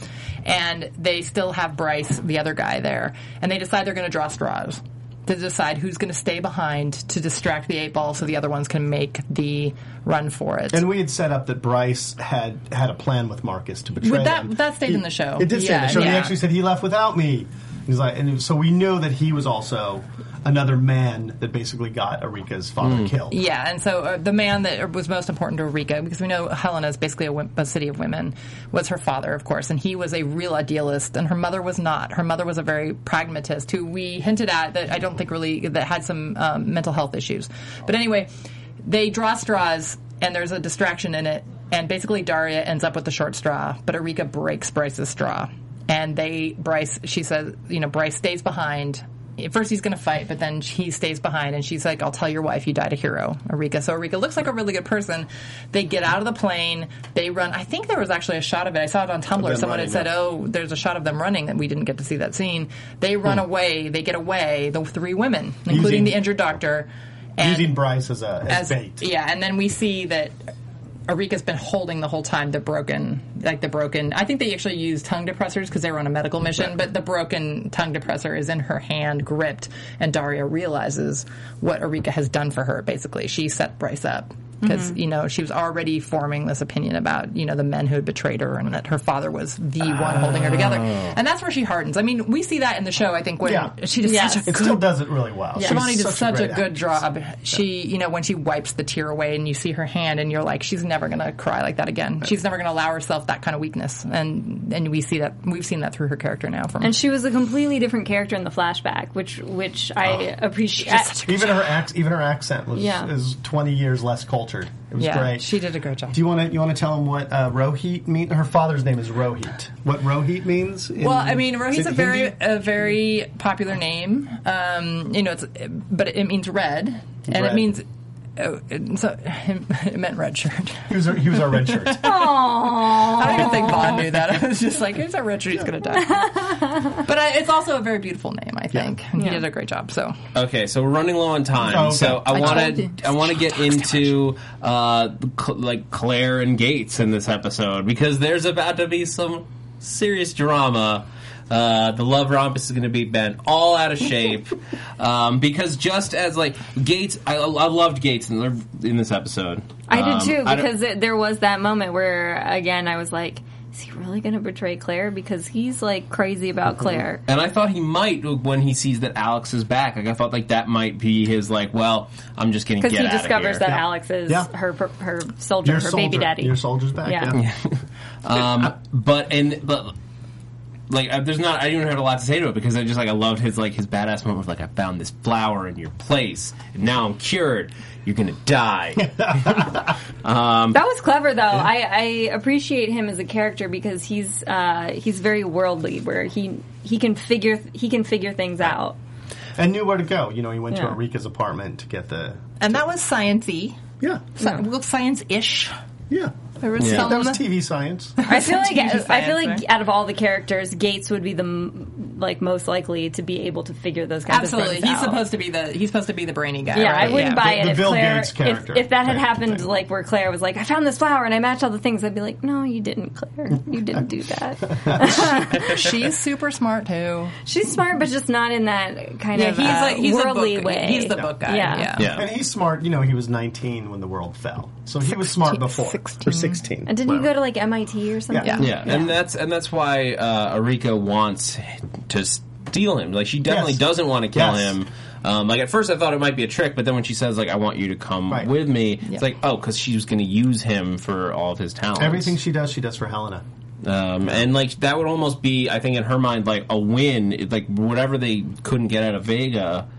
[SPEAKER 4] and they still have Bryce, the other guy, there, and they decide they're going to draw straws to decide who's going to stay behind to distract the eight ball, so the other ones can make the run for it.
[SPEAKER 3] And we had set up that Bryce had had a plan with Marcus to betray
[SPEAKER 4] With that-
[SPEAKER 3] them.
[SPEAKER 4] that stayed
[SPEAKER 3] He-
[SPEAKER 4] in the show.
[SPEAKER 3] It did stay in
[SPEAKER 4] Yeah,
[SPEAKER 3] the show. He
[SPEAKER 4] yeah.
[SPEAKER 3] actually said he left without me. He's like, and so we knew that he was also another man that basically got Erika's father killed.
[SPEAKER 4] Yeah, and so uh, the man that was most important to Eureka, because we know Helena is basically a, wim- a city of women, was her father, of course, and he was a real idealist, and her mother was not. Her mother was a very pragmatist, who we hinted at that I don't think really that had some um, mental health issues. But anyway, they draw straws, and there's a distraction in it, and basically Daria ends up with the short straw, but Eureka breaks Bryce's straw, and they Bryce she says, you know, Bryce stays behind at first he's going to fight, but then he stays behind, and she's like, "I'll tell your wife you died a hero, Erika." So Erika looks like a really good person. They get out of the plane. They run. I think there was actually a shot of it. I saw it on Tumblr.
[SPEAKER 3] them
[SPEAKER 4] Someone
[SPEAKER 3] running,
[SPEAKER 4] had said,
[SPEAKER 3] yeah.
[SPEAKER 4] "Oh, there's a shot of them running," and we didn't get to see that scene. They run
[SPEAKER 3] Hmm.
[SPEAKER 4] away. They get away. The three women, including
[SPEAKER 3] Using-
[SPEAKER 4] the injured doctor, and
[SPEAKER 3] Using Bryce as a as, bait.
[SPEAKER 4] yeah, and then we see that Erika's been holding the whole time the broken, like the broken. I think they actually used tongue depressors because they were on a medical mission, but the broken tongue depressor is in her hand, gripped, and Daria realizes what Erika has done for her. Basically, she set Bryce up
[SPEAKER 3] Mm-hmm.
[SPEAKER 4] because you know she was already forming this opinion about you know the men who had betrayed her and that her father was the one holding her together, and that's where she hardens. I mean, we see that in the show. I think when
[SPEAKER 3] Oh. Yeah.
[SPEAKER 4] she does
[SPEAKER 2] Yes.
[SPEAKER 4] such a
[SPEAKER 3] It
[SPEAKER 4] good
[SPEAKER 3] still does it really well. She's
[SPEAKER 4] Shivani did such, a,
[SPEAKER 3] great
[SPEAKER 4] good
[SPEAKER 3] actress.
[SPEAKER 4] job. She, you know, when she wipes the tear away and you see her hand and you're like, she's never going to cry like that again. She's never going to allow herself that kind of weakness. And and we see that we've seen that through her character now from
[SPEAKER 2] And she was a completely different character in the flashback, which which I
[SPEAKER 4] Oh,
[SPEAKER 2] appreciate.
[SPEAKER 3] Even her ac- even her accent was
[SPEAKER 2] Yeah.
[SPEAKER 3] is twenty years less cultured. It was
[SPEAKER 4] yeah,
[SPEAKER 3] great.
[SPEAKER 4] she did a great job.
[SPEAKER 3] Do you want to you want to tell him what uh, Rohit means? Her father's name is Rohit. What Rohit means? in-
[SPEAKER 4] Well, I mean,
[SPEAKER 3] is
[SPEAKER 4] Rohit's
[SPEAKER 3] it
[SPEAKER 4] a very uh,
[SPEAKER 3] Hindi?
[SPEAKER 4] a very popular name. Um, you know, it's but it means red, and
[SPEAKER 3] Red.
[SPEAKER 4] it means oh, it, so it meant red shirt.
[SPEAKER 3] He was, our- he was our red shirt.
[SPEAKER 4] I don't think Vaughn knew that. I was just like, here's how Richard is going to die. But I, it's also a very beautiful name, I think. And he did a great job. So
[SPEAKER 1] Okay, so we're running low on time.
[SPEAKER 3] Oh, okay.
[SPEAKER 1] So I
[SPEAKER 4] I
[SPEAKER 1] want
[SPEAKER 4] told you.
[SPEAKER 1] to I want to get into uh, cl- like Claire and Gates in this episode because there's about to be some serious drama. Uh, the love rhombus is going to be bent all out of shape um, because just as like Gates, I, I loved Gates in, the, in this episode.
[SPEAKER 2] I
[SPEAKER 1] Um,
[SPEAKER 2] did too
[SPEAKER 1] I don't-
[SPEAKER 2] because it, there was that moment where again I was like, is he really going to betray Claire? Because he's like crazy about
[SPEAKER 3] Mm-hmm.
[SPEAKER 2] Claire.
[SPEAKER 1] And I thought he might when he sees that Alex is back. Like I thought, like that might be his like. Well, I'm just going to
[SPEAKER 2] Because
[SPEAKER 1] get
[SPEAKER 2] he
[SPEAKER 1] out of
[SPEAKER 2] discovers
[SPEAKER 1] here.
[SPEAKER 2] that
[SPEAKER 3] Yeah.
[SPEAKER 2] Alex is
[SPEAKER 3] Yeah.
[SPEAKER 2] her per- her soldier,
[SPEAKER 3] Your
[SPEAKER 2] her
[SPEAKER 3] soldier.
[SPEAKER 2] baby daddy.
[SPEAKER 3] Your soldier's back.
[SPEAKER 2] Yeah.
[SPEAKER 3] yeah.
[SPEAKER 1] Um, but and but like I, there's not I didn't even have a lot to say to it because I just like I loved his like his badass moment of like I found this flower in your place and now I'm cured. You're gonna die.
[SPEAKER 2] That was clever, though. I, I appreciate him as a character because he's uh, he's very worldly, where he he can figure he can figure things out.
[SPEAKER 3] and knew where to go. You know, he went to
[SPEAKER 2] Yeah.
[SPEAKER 3] Enrica's apartment to get the.
[SPEAKER 4] and that was sciency,
[SPEAKER 3] Yeah,
[SPEAKER 4] Sci- well, science-ish.
[SPEAKER 3] yeah.
[SPEAKER 4] There was some-
[SPEAKER 3] That was TV science.
[SPEAKER 2] I feel like
[SPEAKER 4] TV
[SPEAKER 2] I feel like
[SPEAKER 4] science,
[SPEAKER 2] out of all the characters, Gates would be the m- like most likely to be able to figure those kinds
[SPEAKER 4] Absolutely,
[SPEAKER 2] of
[SPEAKER 4] he's
[SPEAKER 2] things out.
[SPEAKER 4] supposed to be the he's supposed to be the brainy guy.
[SPEAKER 2] Yeah,
[SPEAKER 4] right?
[SPEAKER 2] I wouldn't buy
[SPEAKER 3] The-
[SPEAKER 2] it
[SPEAKER 3] the
[SPEAKER 2] if
[SPEAKER 3] Bill
[SPEAKER 2] Claire.
[SPEAKER 3] Gates
[SPEAKER 2] if-
[SPEAKER 3] character
[SPEAKER 2] If, that had
[SPEAKER 3] type
[SPEAKER 2] happened,
[SPEAKER 3] thing.
[SPEAKER 2] like where Claire was like, "I found this flower and I matched all the things," I'd be like, "No, you didn't, Claire. You didn't do that."
[SPEAKER 4] She's super smart too.
[SPEAKER 2] She's smart, but just not in that kind
[SPEAKER 4] Yeah,
[SPEAKER 2] of
[SPEAKER 4] he's
[SPEAKER 2] uh,
[SPEAKER 4] like he's
[SPEAKER 2] worldly
[SPEAKER 4] a book,
[SPEAKER 2] way.
[SPEAKER 4] He's the book guy.
[SPEAKER 2] Yeah.
[SPEAKER 4] Yeah.
[SPEAKER 3] And he's smart. You know, he was 19 when the world fell, so he was smart before. Or 16.
[SPEAKER 2] And didn't he go to like MIT or something?
[SPEAKER 4] Yeah.
[SPEAKER 1] Yeah, and that's and that's why uh, Arika wants to steal him. Like she definitely
[SPEAKER 3] Yes.
[SPEAKER 1] doesn't want to kill
[SPEAKER 3] Yes.
[SPEAKER 1] him. Um, like at first I thought it might be a trick, but then when she says like I want you to come
[SPEAKER 3] Right.
[SPEAKER 1] with me,
[SPEAKER 4] Yeah.
[SPEAKER 1] it's like oh because she was going to use him for all of his talents.
[SPEAKER 3] Everything she does, she does for Helena.
[SPEAKER 1] um, and like that would almost be I think in her mind like a win. It- Like whatever they couldn't get out of Vega.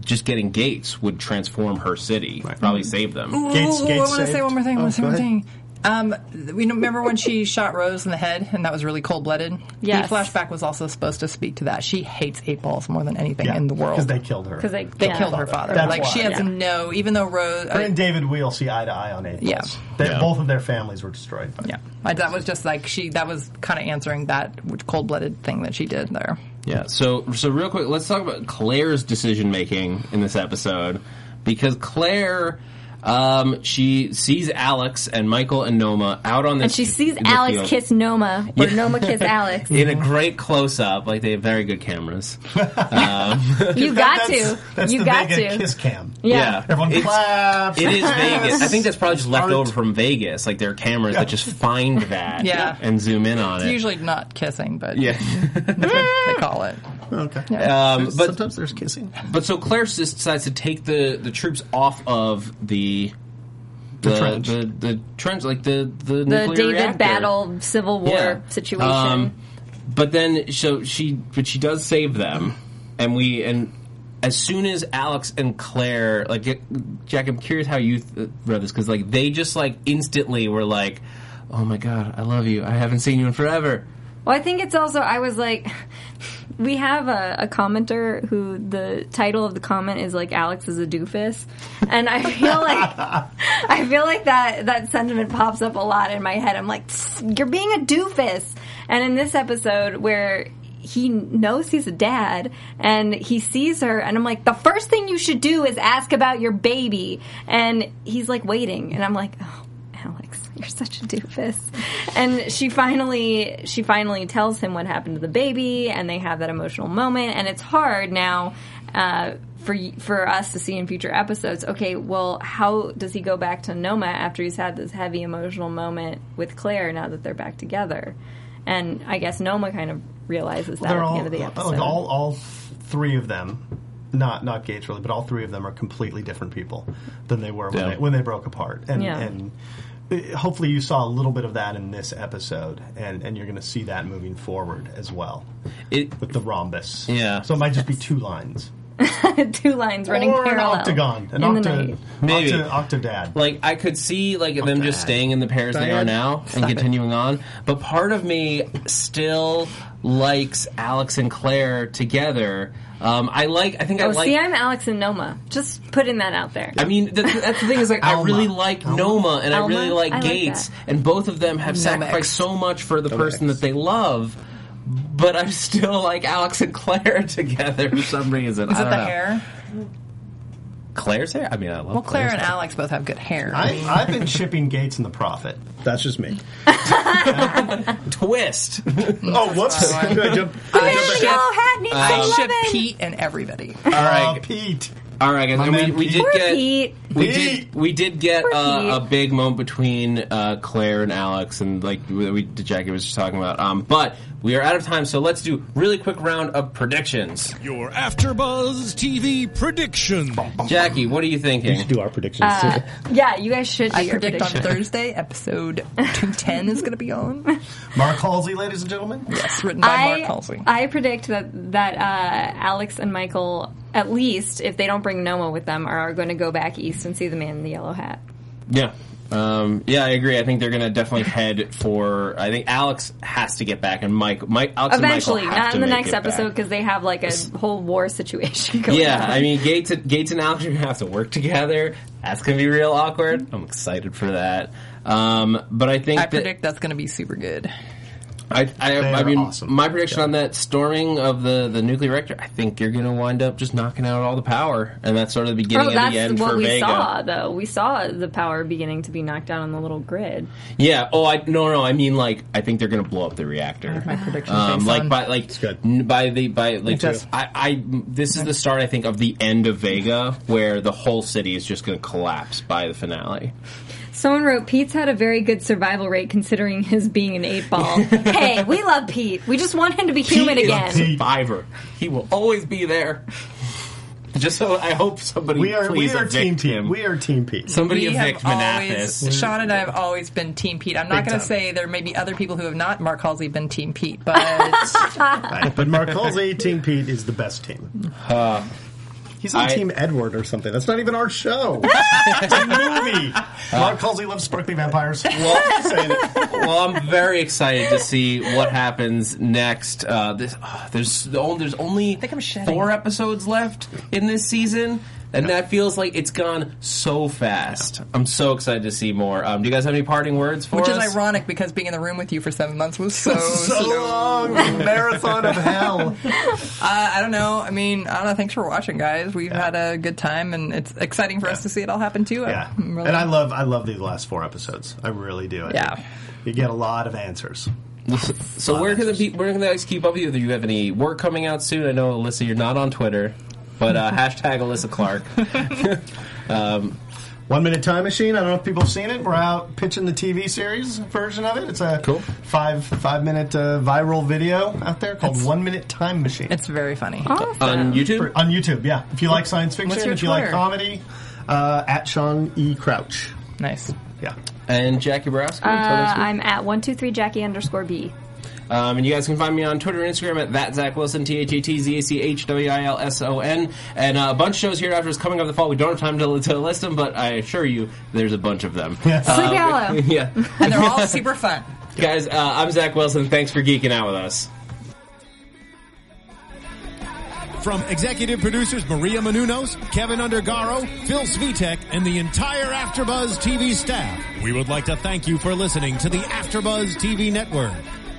[SPEAKER 1] Just getting Gates would transform her city. Probably save them.
[SPEAKER 3] Gates-
[SPEAKER 4] Ooh, I
[SPEAKER 3] Gates
[SPEAKER 4] want to say
[SPEAKER 3] saved.
[SPEAKER 4] one more thing.
[SPEAKER 3] Oh,
[SPEAKER 4] one
[SPEAKER 3] go
[SPEAKER 4] more
[SPEAKER 3] ahead.
[SPEAKER 4] thing. Um, we know- remember when she shot Rose in the head, and that was really cold blooded.
[SPEAKER 2] Yes.
[SPEAKER 4] The flashback was also supposed to speak to that. She hates eight balls more than anything
[SPEAKER 3] Yeah,
[SPEAKER 4] in the world.
[SPEAKER 3] because they killed her.
[SPEAKER 2] because they,
[SPEAKER 4] They killed her father.
[SPEAKER 3] That's
[SPEAKER 4] like
[SPEAKER 3] why.
[SPEAKER 4] she has
[SPEAKER 2] Yeah.
[SPEAKER 4] no, even though Rose.
[SPEAKER 3] Her and David Wheel see eye to eye on Naples.
[SPEAKER 4] Yeah.
[SPEAKER 3] They,
[SPEAKER 1] Yeah.
[SPEAKER 3] Both of their families were destroyed. By
[SPEAKER 4] yeah, I, that was just like she. That was kind of answering that cold blooded thing that she did there.
[SPEAKER 1] Yeah. So so real quick, let's talk about Claire's decision making in this episode because Claire. Um, she sees Alex and Michael and Noma out on this,
[SPEAKER 2] And she sees
[SPEAKER 1] in the
[SPEAKER 2] Alex
[SPEAKER 1] field
[SPEAKER 2] kiss Noma, or Noma kiss Alex.
[SPEAKER 1] in a great close up. Like they have very good cameras.
[SPEAKER 2] You got to.
[SPEAKER 3] That's- That's
[SPEAKER 2] You
[SPEAKER 3] the
[SPEAKER 2] got
[SPEAKER 3] Vega
[SPEAKER 2] to.
[SPEAKER 3] kiss cam.
[SPEAKER 1] Yeah,
[SPEAKER 3] Everyone
[SPEAKER 1] It's-
[SPEAKER 3] claps.
[SPEAKER 1] It is Vegas. I think that's probably just left
[SPEAKER 3] Art.
[SPEAKER 1] over from Vegas. Like there are cameras that just find that
[SPEAKER 4] Yeah.
[SPEAKER 1] and zoom in on it.
[SPEAKER 4] Usually not kissing, but
[SPEAKER 1] yeah.
[SPEAKER 4] that's what they call it.
[SPEAKER 3] Okay.
[SPEAKER 1] Um, but
[SPEAKER 3] Sometimes there's kissing.
[SPEAKER 1] But so Claire s- decides to take the, the troops off of the the the
[SPEAKER 3] trench.
[SPEAKER 1] the, trench, like the the,
[SPEAKER 2] The
[SPEAKER 1] nuclear
[SPEAKER 2] David
[SPEAKER 1] reactor.
[SPEAKER 2] battle civil war
[SPEAKER 1] Yeah.
[SPEAKER 2] situation.
[SPEAKER 1] Um, but then, so she, but she does save them, and we, and as soon as Alex and Claire, like J- Jack, I'm curious how you th- read this because like they just like instantly were like, oh my god, I love you, I haven't seen you in forever.
[SPEAKER 2] Well, I think it's also, I was like, we have a, a commenter who the title of the comment is like, Alex is a doofus. And I feel like, I feel like that, that sentiment pops up a lot in my head. I'm like, "Tss, you're being a doofus. And in this episode where he knows he's a dad and he sees her and I'm like, the first thing you should do is ask about your baby. And he's like waiting. And I'm like, oh. Alex, you're such a doofus. And she finally she finally tells him what happened to the baby, and they have that emotional moment. And it's hard now uh, for y- for us to see in future episodes. Okay, well, how does he go back to Noma after he's had this heavy emotional moment with Claire? Now that they're back together, and I guess Noma kind of realizes that
[SPEAKER 3] They're
[SPEAKER 2] at the
[SPEAKER 3] all,
[SPEAKER 2] end of the episode.
[SPEAKER 3] like, all all three of them, not not Gates really, but all three of them are completely different people than they were when,
[SPEAKER 1] Yeah.
[SPEAKER 3] they, when they broke apart. And
[SPEAKER 2] Yeah.
[SPEAKER 3] and uh, hopefully you saw a little bit of that in this episode, and and you're going to see that moving forward as well
[SPEAKER 1] It,
[SPEAKER 3] with the rhombus.
[SPEAKER 1] Yeah.
[SPEAKER 3] So it might just be two lines.
[SPEAKER 2] Two lines running
[SPEAKER 3] or an
[SPEAKER 2] parallel.
[SPEAKER 3] octagon, an
[SPEAKER 2] in the
[SPEAKER 3] octa,
[SPEAKER 2] night.
[SPEAKER 1] Maybe.
[SPEAKER 3] octa, octodad.
[SPEAKER 1] like I could see like them just staying in the pairs they are now and continuing on. But part of me still likes Alex and Claire together. Um, I like. I think I
[SPEAKER 2] Oh,
[SPEAKER 1] like.
[SPEAKER 2] see, I'm Alex and Noma. Just putting that out there.
[SPEAKER 1] I mean, th- that's the thing is like I
[SPEAKER 3] Alma.
[SPEAKER 1] really like Noma and I
[SPEAKER 2] Alma?
[SPEAKER 1] really like
[SPEAKER 2] I like
[SPEAKER 1] Gates,
[SPEAKER 2] that.
[SPEAKER 1] and both of them have sacrificed so much for the person that they love. But I'm still like Alex and Claire together for some reason.
[SPEAKER 4] Is
[SPEAKER 1] I
[SPEAKER 4] it
[SPEAKER 1] don't
[SPEAKER 4] the
[SPEAKER 1] know.
[SPEAKER 4] hair?
[SPEAKER 1] Claire's hair. I mean, I love
[SPEAKER 4] Well, Claire
[SPEAKER 1] Claire's
[SPEAKER 4] and
[SPEAKER 1] hair.
[SPEAKER 4] Alex both have good hair.
[SPEAKER 3] I, I've been shipping Gates and the Prophet. That's just me.
[SPEAKER 1] twist.
[SPEAKER 3] Oh, whoops!
[SPEAKER 4] Sorry.
[SPEAKER 3] I jumped-
[SPEAKER 2] Yeah,
[SPEAKER 4] I ship-
[SPEAKER 2] yellow hat needs
[SPEAKER 4] I
[SPEAKER 2] some
[SPEAKER 4] ship
[SPEAKER 2] loving.
[SPEAKER 4] Pete and everybody.
[SPEAKER 1] All
[SPEAKER 3] Uh,
[SPEAKER 1] right,
[SPEAKER 3] Pete.
[SPEAKER 1] all right, guys.
[SPEAKER 3] My
[SPEAKER 1] And we,
[SPEAKER 3] man
[SPEAKER 1] we did
[SPEAKER 3] Pete.
[SPEAKER 2] Poor
[SPEAKER 1] get.
[SPEAKER 2] Pete.
[SPEAKER 1] We
[SPEAKER 3] Pete.
[SPEAKER 1] did. We did get
[SPEAKER 2] Poor
[SPEAKER 1] uh, a
[SPEAKER 2] Pete.
[SPEAKER 1] big moment between uh, Claire and Alex, and like we, we Jackie was just talking about. Um, but We are out of time, so let's do really quick round of predictions.
[SPEAKER 5] Your AfterBuzz TV prediction.
[SPEAKER 3] Oh.
[SPEAKER 1] Jackie, what are you
[SPEAKER 6] We
[SPEAKER 1] thinking?
[SPEAKER 6] should do our predictions
[SPEAKER 4] Uh,
[SPEAKER 6] too.
[SPEAKER 2] Yeah, you guys should. Do
[SPEAKER 4] I
[SPEAKER 2] your
[SPEAKER 4] predict on
[SPEAKER 2] prediction.
[SPEAKER 4] Thursday, episode 210 is going to be on.
[SPEAKER 3] Mark Halsey, ladies and gentlemen.
[SPEAKER 4] It's written by Mark
[SPEAKER 2] I,
[SPEAKER 4] Halsey.
[SPEAKER 2] I predict that that uh, Alex and Michael, at least if they don't bring Noma with them, are, going to go back east and see the man in the yellow hat.
[SPEAKER 1] Yeah. Um, yeah, I agree. I think they're going to definitely head for. I think Alex has to get back, and Mike, Mike, Alex
[SPEAKER 2] Eventually,
[SPEAKER 1] and Michael have
[SPEAKER 2] not
[SPEAKER 1] to
[SPEAKER 2] in the
[SPEAKER 1] make
[SPEAKER 2] next
[SPEAKER 1] it back.
[SPEAKER 2] episode because they have like a whole war situation going
[SPEAKER 1] Yeah,
[SPEAKER 2] on.
[SPEAKER 1] I mean Gates, Gates and Alex are gonna have to work together. That's gonna be real awkward. I'm excited for that. Um, but I think
[SPEAKER 4] I
[SPEAKER 1] that-
[SPEAKER 4] predict that's going to be super good.
[SPEAKER 1] I, I, I
[SPEAKER 3] are
[SPEAKER 1] mean,
[SPEAKER 3] awesome.
[SPEAKER 1] my prediction on that storming of the, the nuclear reactor, I think you're going to wind up just knocking out all the power, and that's sort of the beginning
[SPEAKER 2] Oh,
[SPEAKER 1] of the
[SPEAKER 2] that's
[SPEAKER 1] end
[SPEAKER 2] what
[SPEAKER 1] for
[SPEAKER 2] we
[SPEAKER 1] Vega.
[SPEAKER 2] saw, though. We saw the power beginning to be knocked out on the little grid.
[SPEAKER 1] Yeah. Oh, I no, no. I mean, like, I think they're going to blow up the reactor.
[SPEAKER 4] My prediction
[SPEAKER 1] Um,
[SPEAKER 4] face
[SPEAKER 1] like
[SPEAKER 4] on.
[SPEAKER 1] by like
[SPEAKER 6] good.
[SPEAKER 1] n- by the by like
[SPEAKER 4] too.
[SPEAKER 1] I, I this is the start I think of the end of Vega where the whole city is just going to collapse by the finale.
[SPEAKER 2] Someone wrote, Pete's had a very good survival rate considering his being an eight ball. hey, we love Pete. We just want him to be human
[SPEAKER 1] He is
[SPEAKER 2] again.
[SPEAKER 1] a survivor. He will always be there. Just so I hope somebody
[SPEAKER 3] We are we
[SPEAKER 1] please
[SPEAKER 3] are
[SPEAKER 1] evict
[SPEAKER 3] team
[SPEAKER 1] him.
[SPEAKER 3] Pete. We are team Pete.
[SPEAKER 1] somebody
[SPEAKER 4] we
[SPEAKER 1] evict
[SPEAKER 4] have
[SPEAKER 1] Manathis.
[SPEAKER 4] always, Sean and I have always been Team Pete. I'm not
[SPEAKER 3] Big
[SPEAKER 4] going to
[SPEAKER 3] time.
[SPEAKER 4] say there may be other people who have not Mark Halsey been Team Pete, but
[SPEAKER 3] Right, But Mark Halsey, Team Pete is the best team. He's on
[SPEAKER 1] I-
[SPEAKER 3] Team Edward or something. That's not even our show. it's a movie. Mark Halsey loves sparkly vampires.
[SPEAKER 1] Well,
[SPEAKER 3] Saying it.
[SPEAKER 1] well, I'm very excited to see what happens next. Uh, this, ah, there's the only, there's only
[SPEAKER 4] think I'm shedding.
[SPEAKER 1] four episodes left in this season, and that feels like it's gone so fast. I'm so excited to see more. Um, do you guys have any parting words for
[SPEAKER 4] which is
[SPEAKER 1] us?
[SPEAKER 4] ironic because being in the room with you for seven months was Oh, so.
[SPEAKER 3] so long marathon of hell.
[SPEAKER 4] uh, I don't know. I mean, I don't know. Thanks for watching, guys. We've had a good time, and it's exciting for us to see it all happen too.
[SPEAKER 3] Yeah,
[SPEAKER 4] I'm really-
[SPEAKER 3] and I love I love these last four episodes. I really do. I
[SPEAKER 4] Yeah.
[SPEAKER 3] think you get a lot of answers.
[SPEAKER 1] So where can the pe- where can the guys keep up with you? Do you have any work coming out soon? I know Alyssa, you're not on Twitter, but uh, hashtag Alyssa Clark.
[SPEAKER 3] One Minute Time Machine. I don't know if people have seen it. We're out pitching the TV series version of it. It's a
[SPEAKER 1] Cool.
[SPEAKER 3] five five minute uh, viral video out there called One Minute Time Machine
[SPEAKER 4] it's very funny.
[SPEAKER 1] on YouTube.
[SPEAKER 3] on YouTube. Yeah, if you like science fiction,
[SPEAKER 4] your
[SPEAKER 3] if you like
[SPEAKER 4] Twitter?
[SPEAKER 3] comedy, uh, at Sean E Crouch.
[SPEAKER 4] Nice.
[SPEAKER 3] Yeah.
[SPEAKER 1] And Jackie Borowski.
[SPEAKER 2] Uh, I'm at 123Jackie underscore B.
[SPEAKER 1] Um, and you guys can find me on Twitter and Instagram at that Zach Wilson, T H A T Z A C H W I L S O N. And uh, a bunch of shows here after is coming up in the fall. We don't have time to, to list them, but I assure you there's a bunch of them.
[SPEAKER 2] Sleep Hollow.
[SPEAKER 1] yeah.
[SPEAKER 4] And they're all super fun.
[SPEAKER 1] guys, uh, I'm Zach Wilson. Thanks for geeking out with us.
[SPEAKER 5] From executive producers Maria Manunos, Kevin Undergaro, Phil Svitek, and the entire Afterbuzz TV staff, we would like to thank you for listening to the Afterbuzz TV network.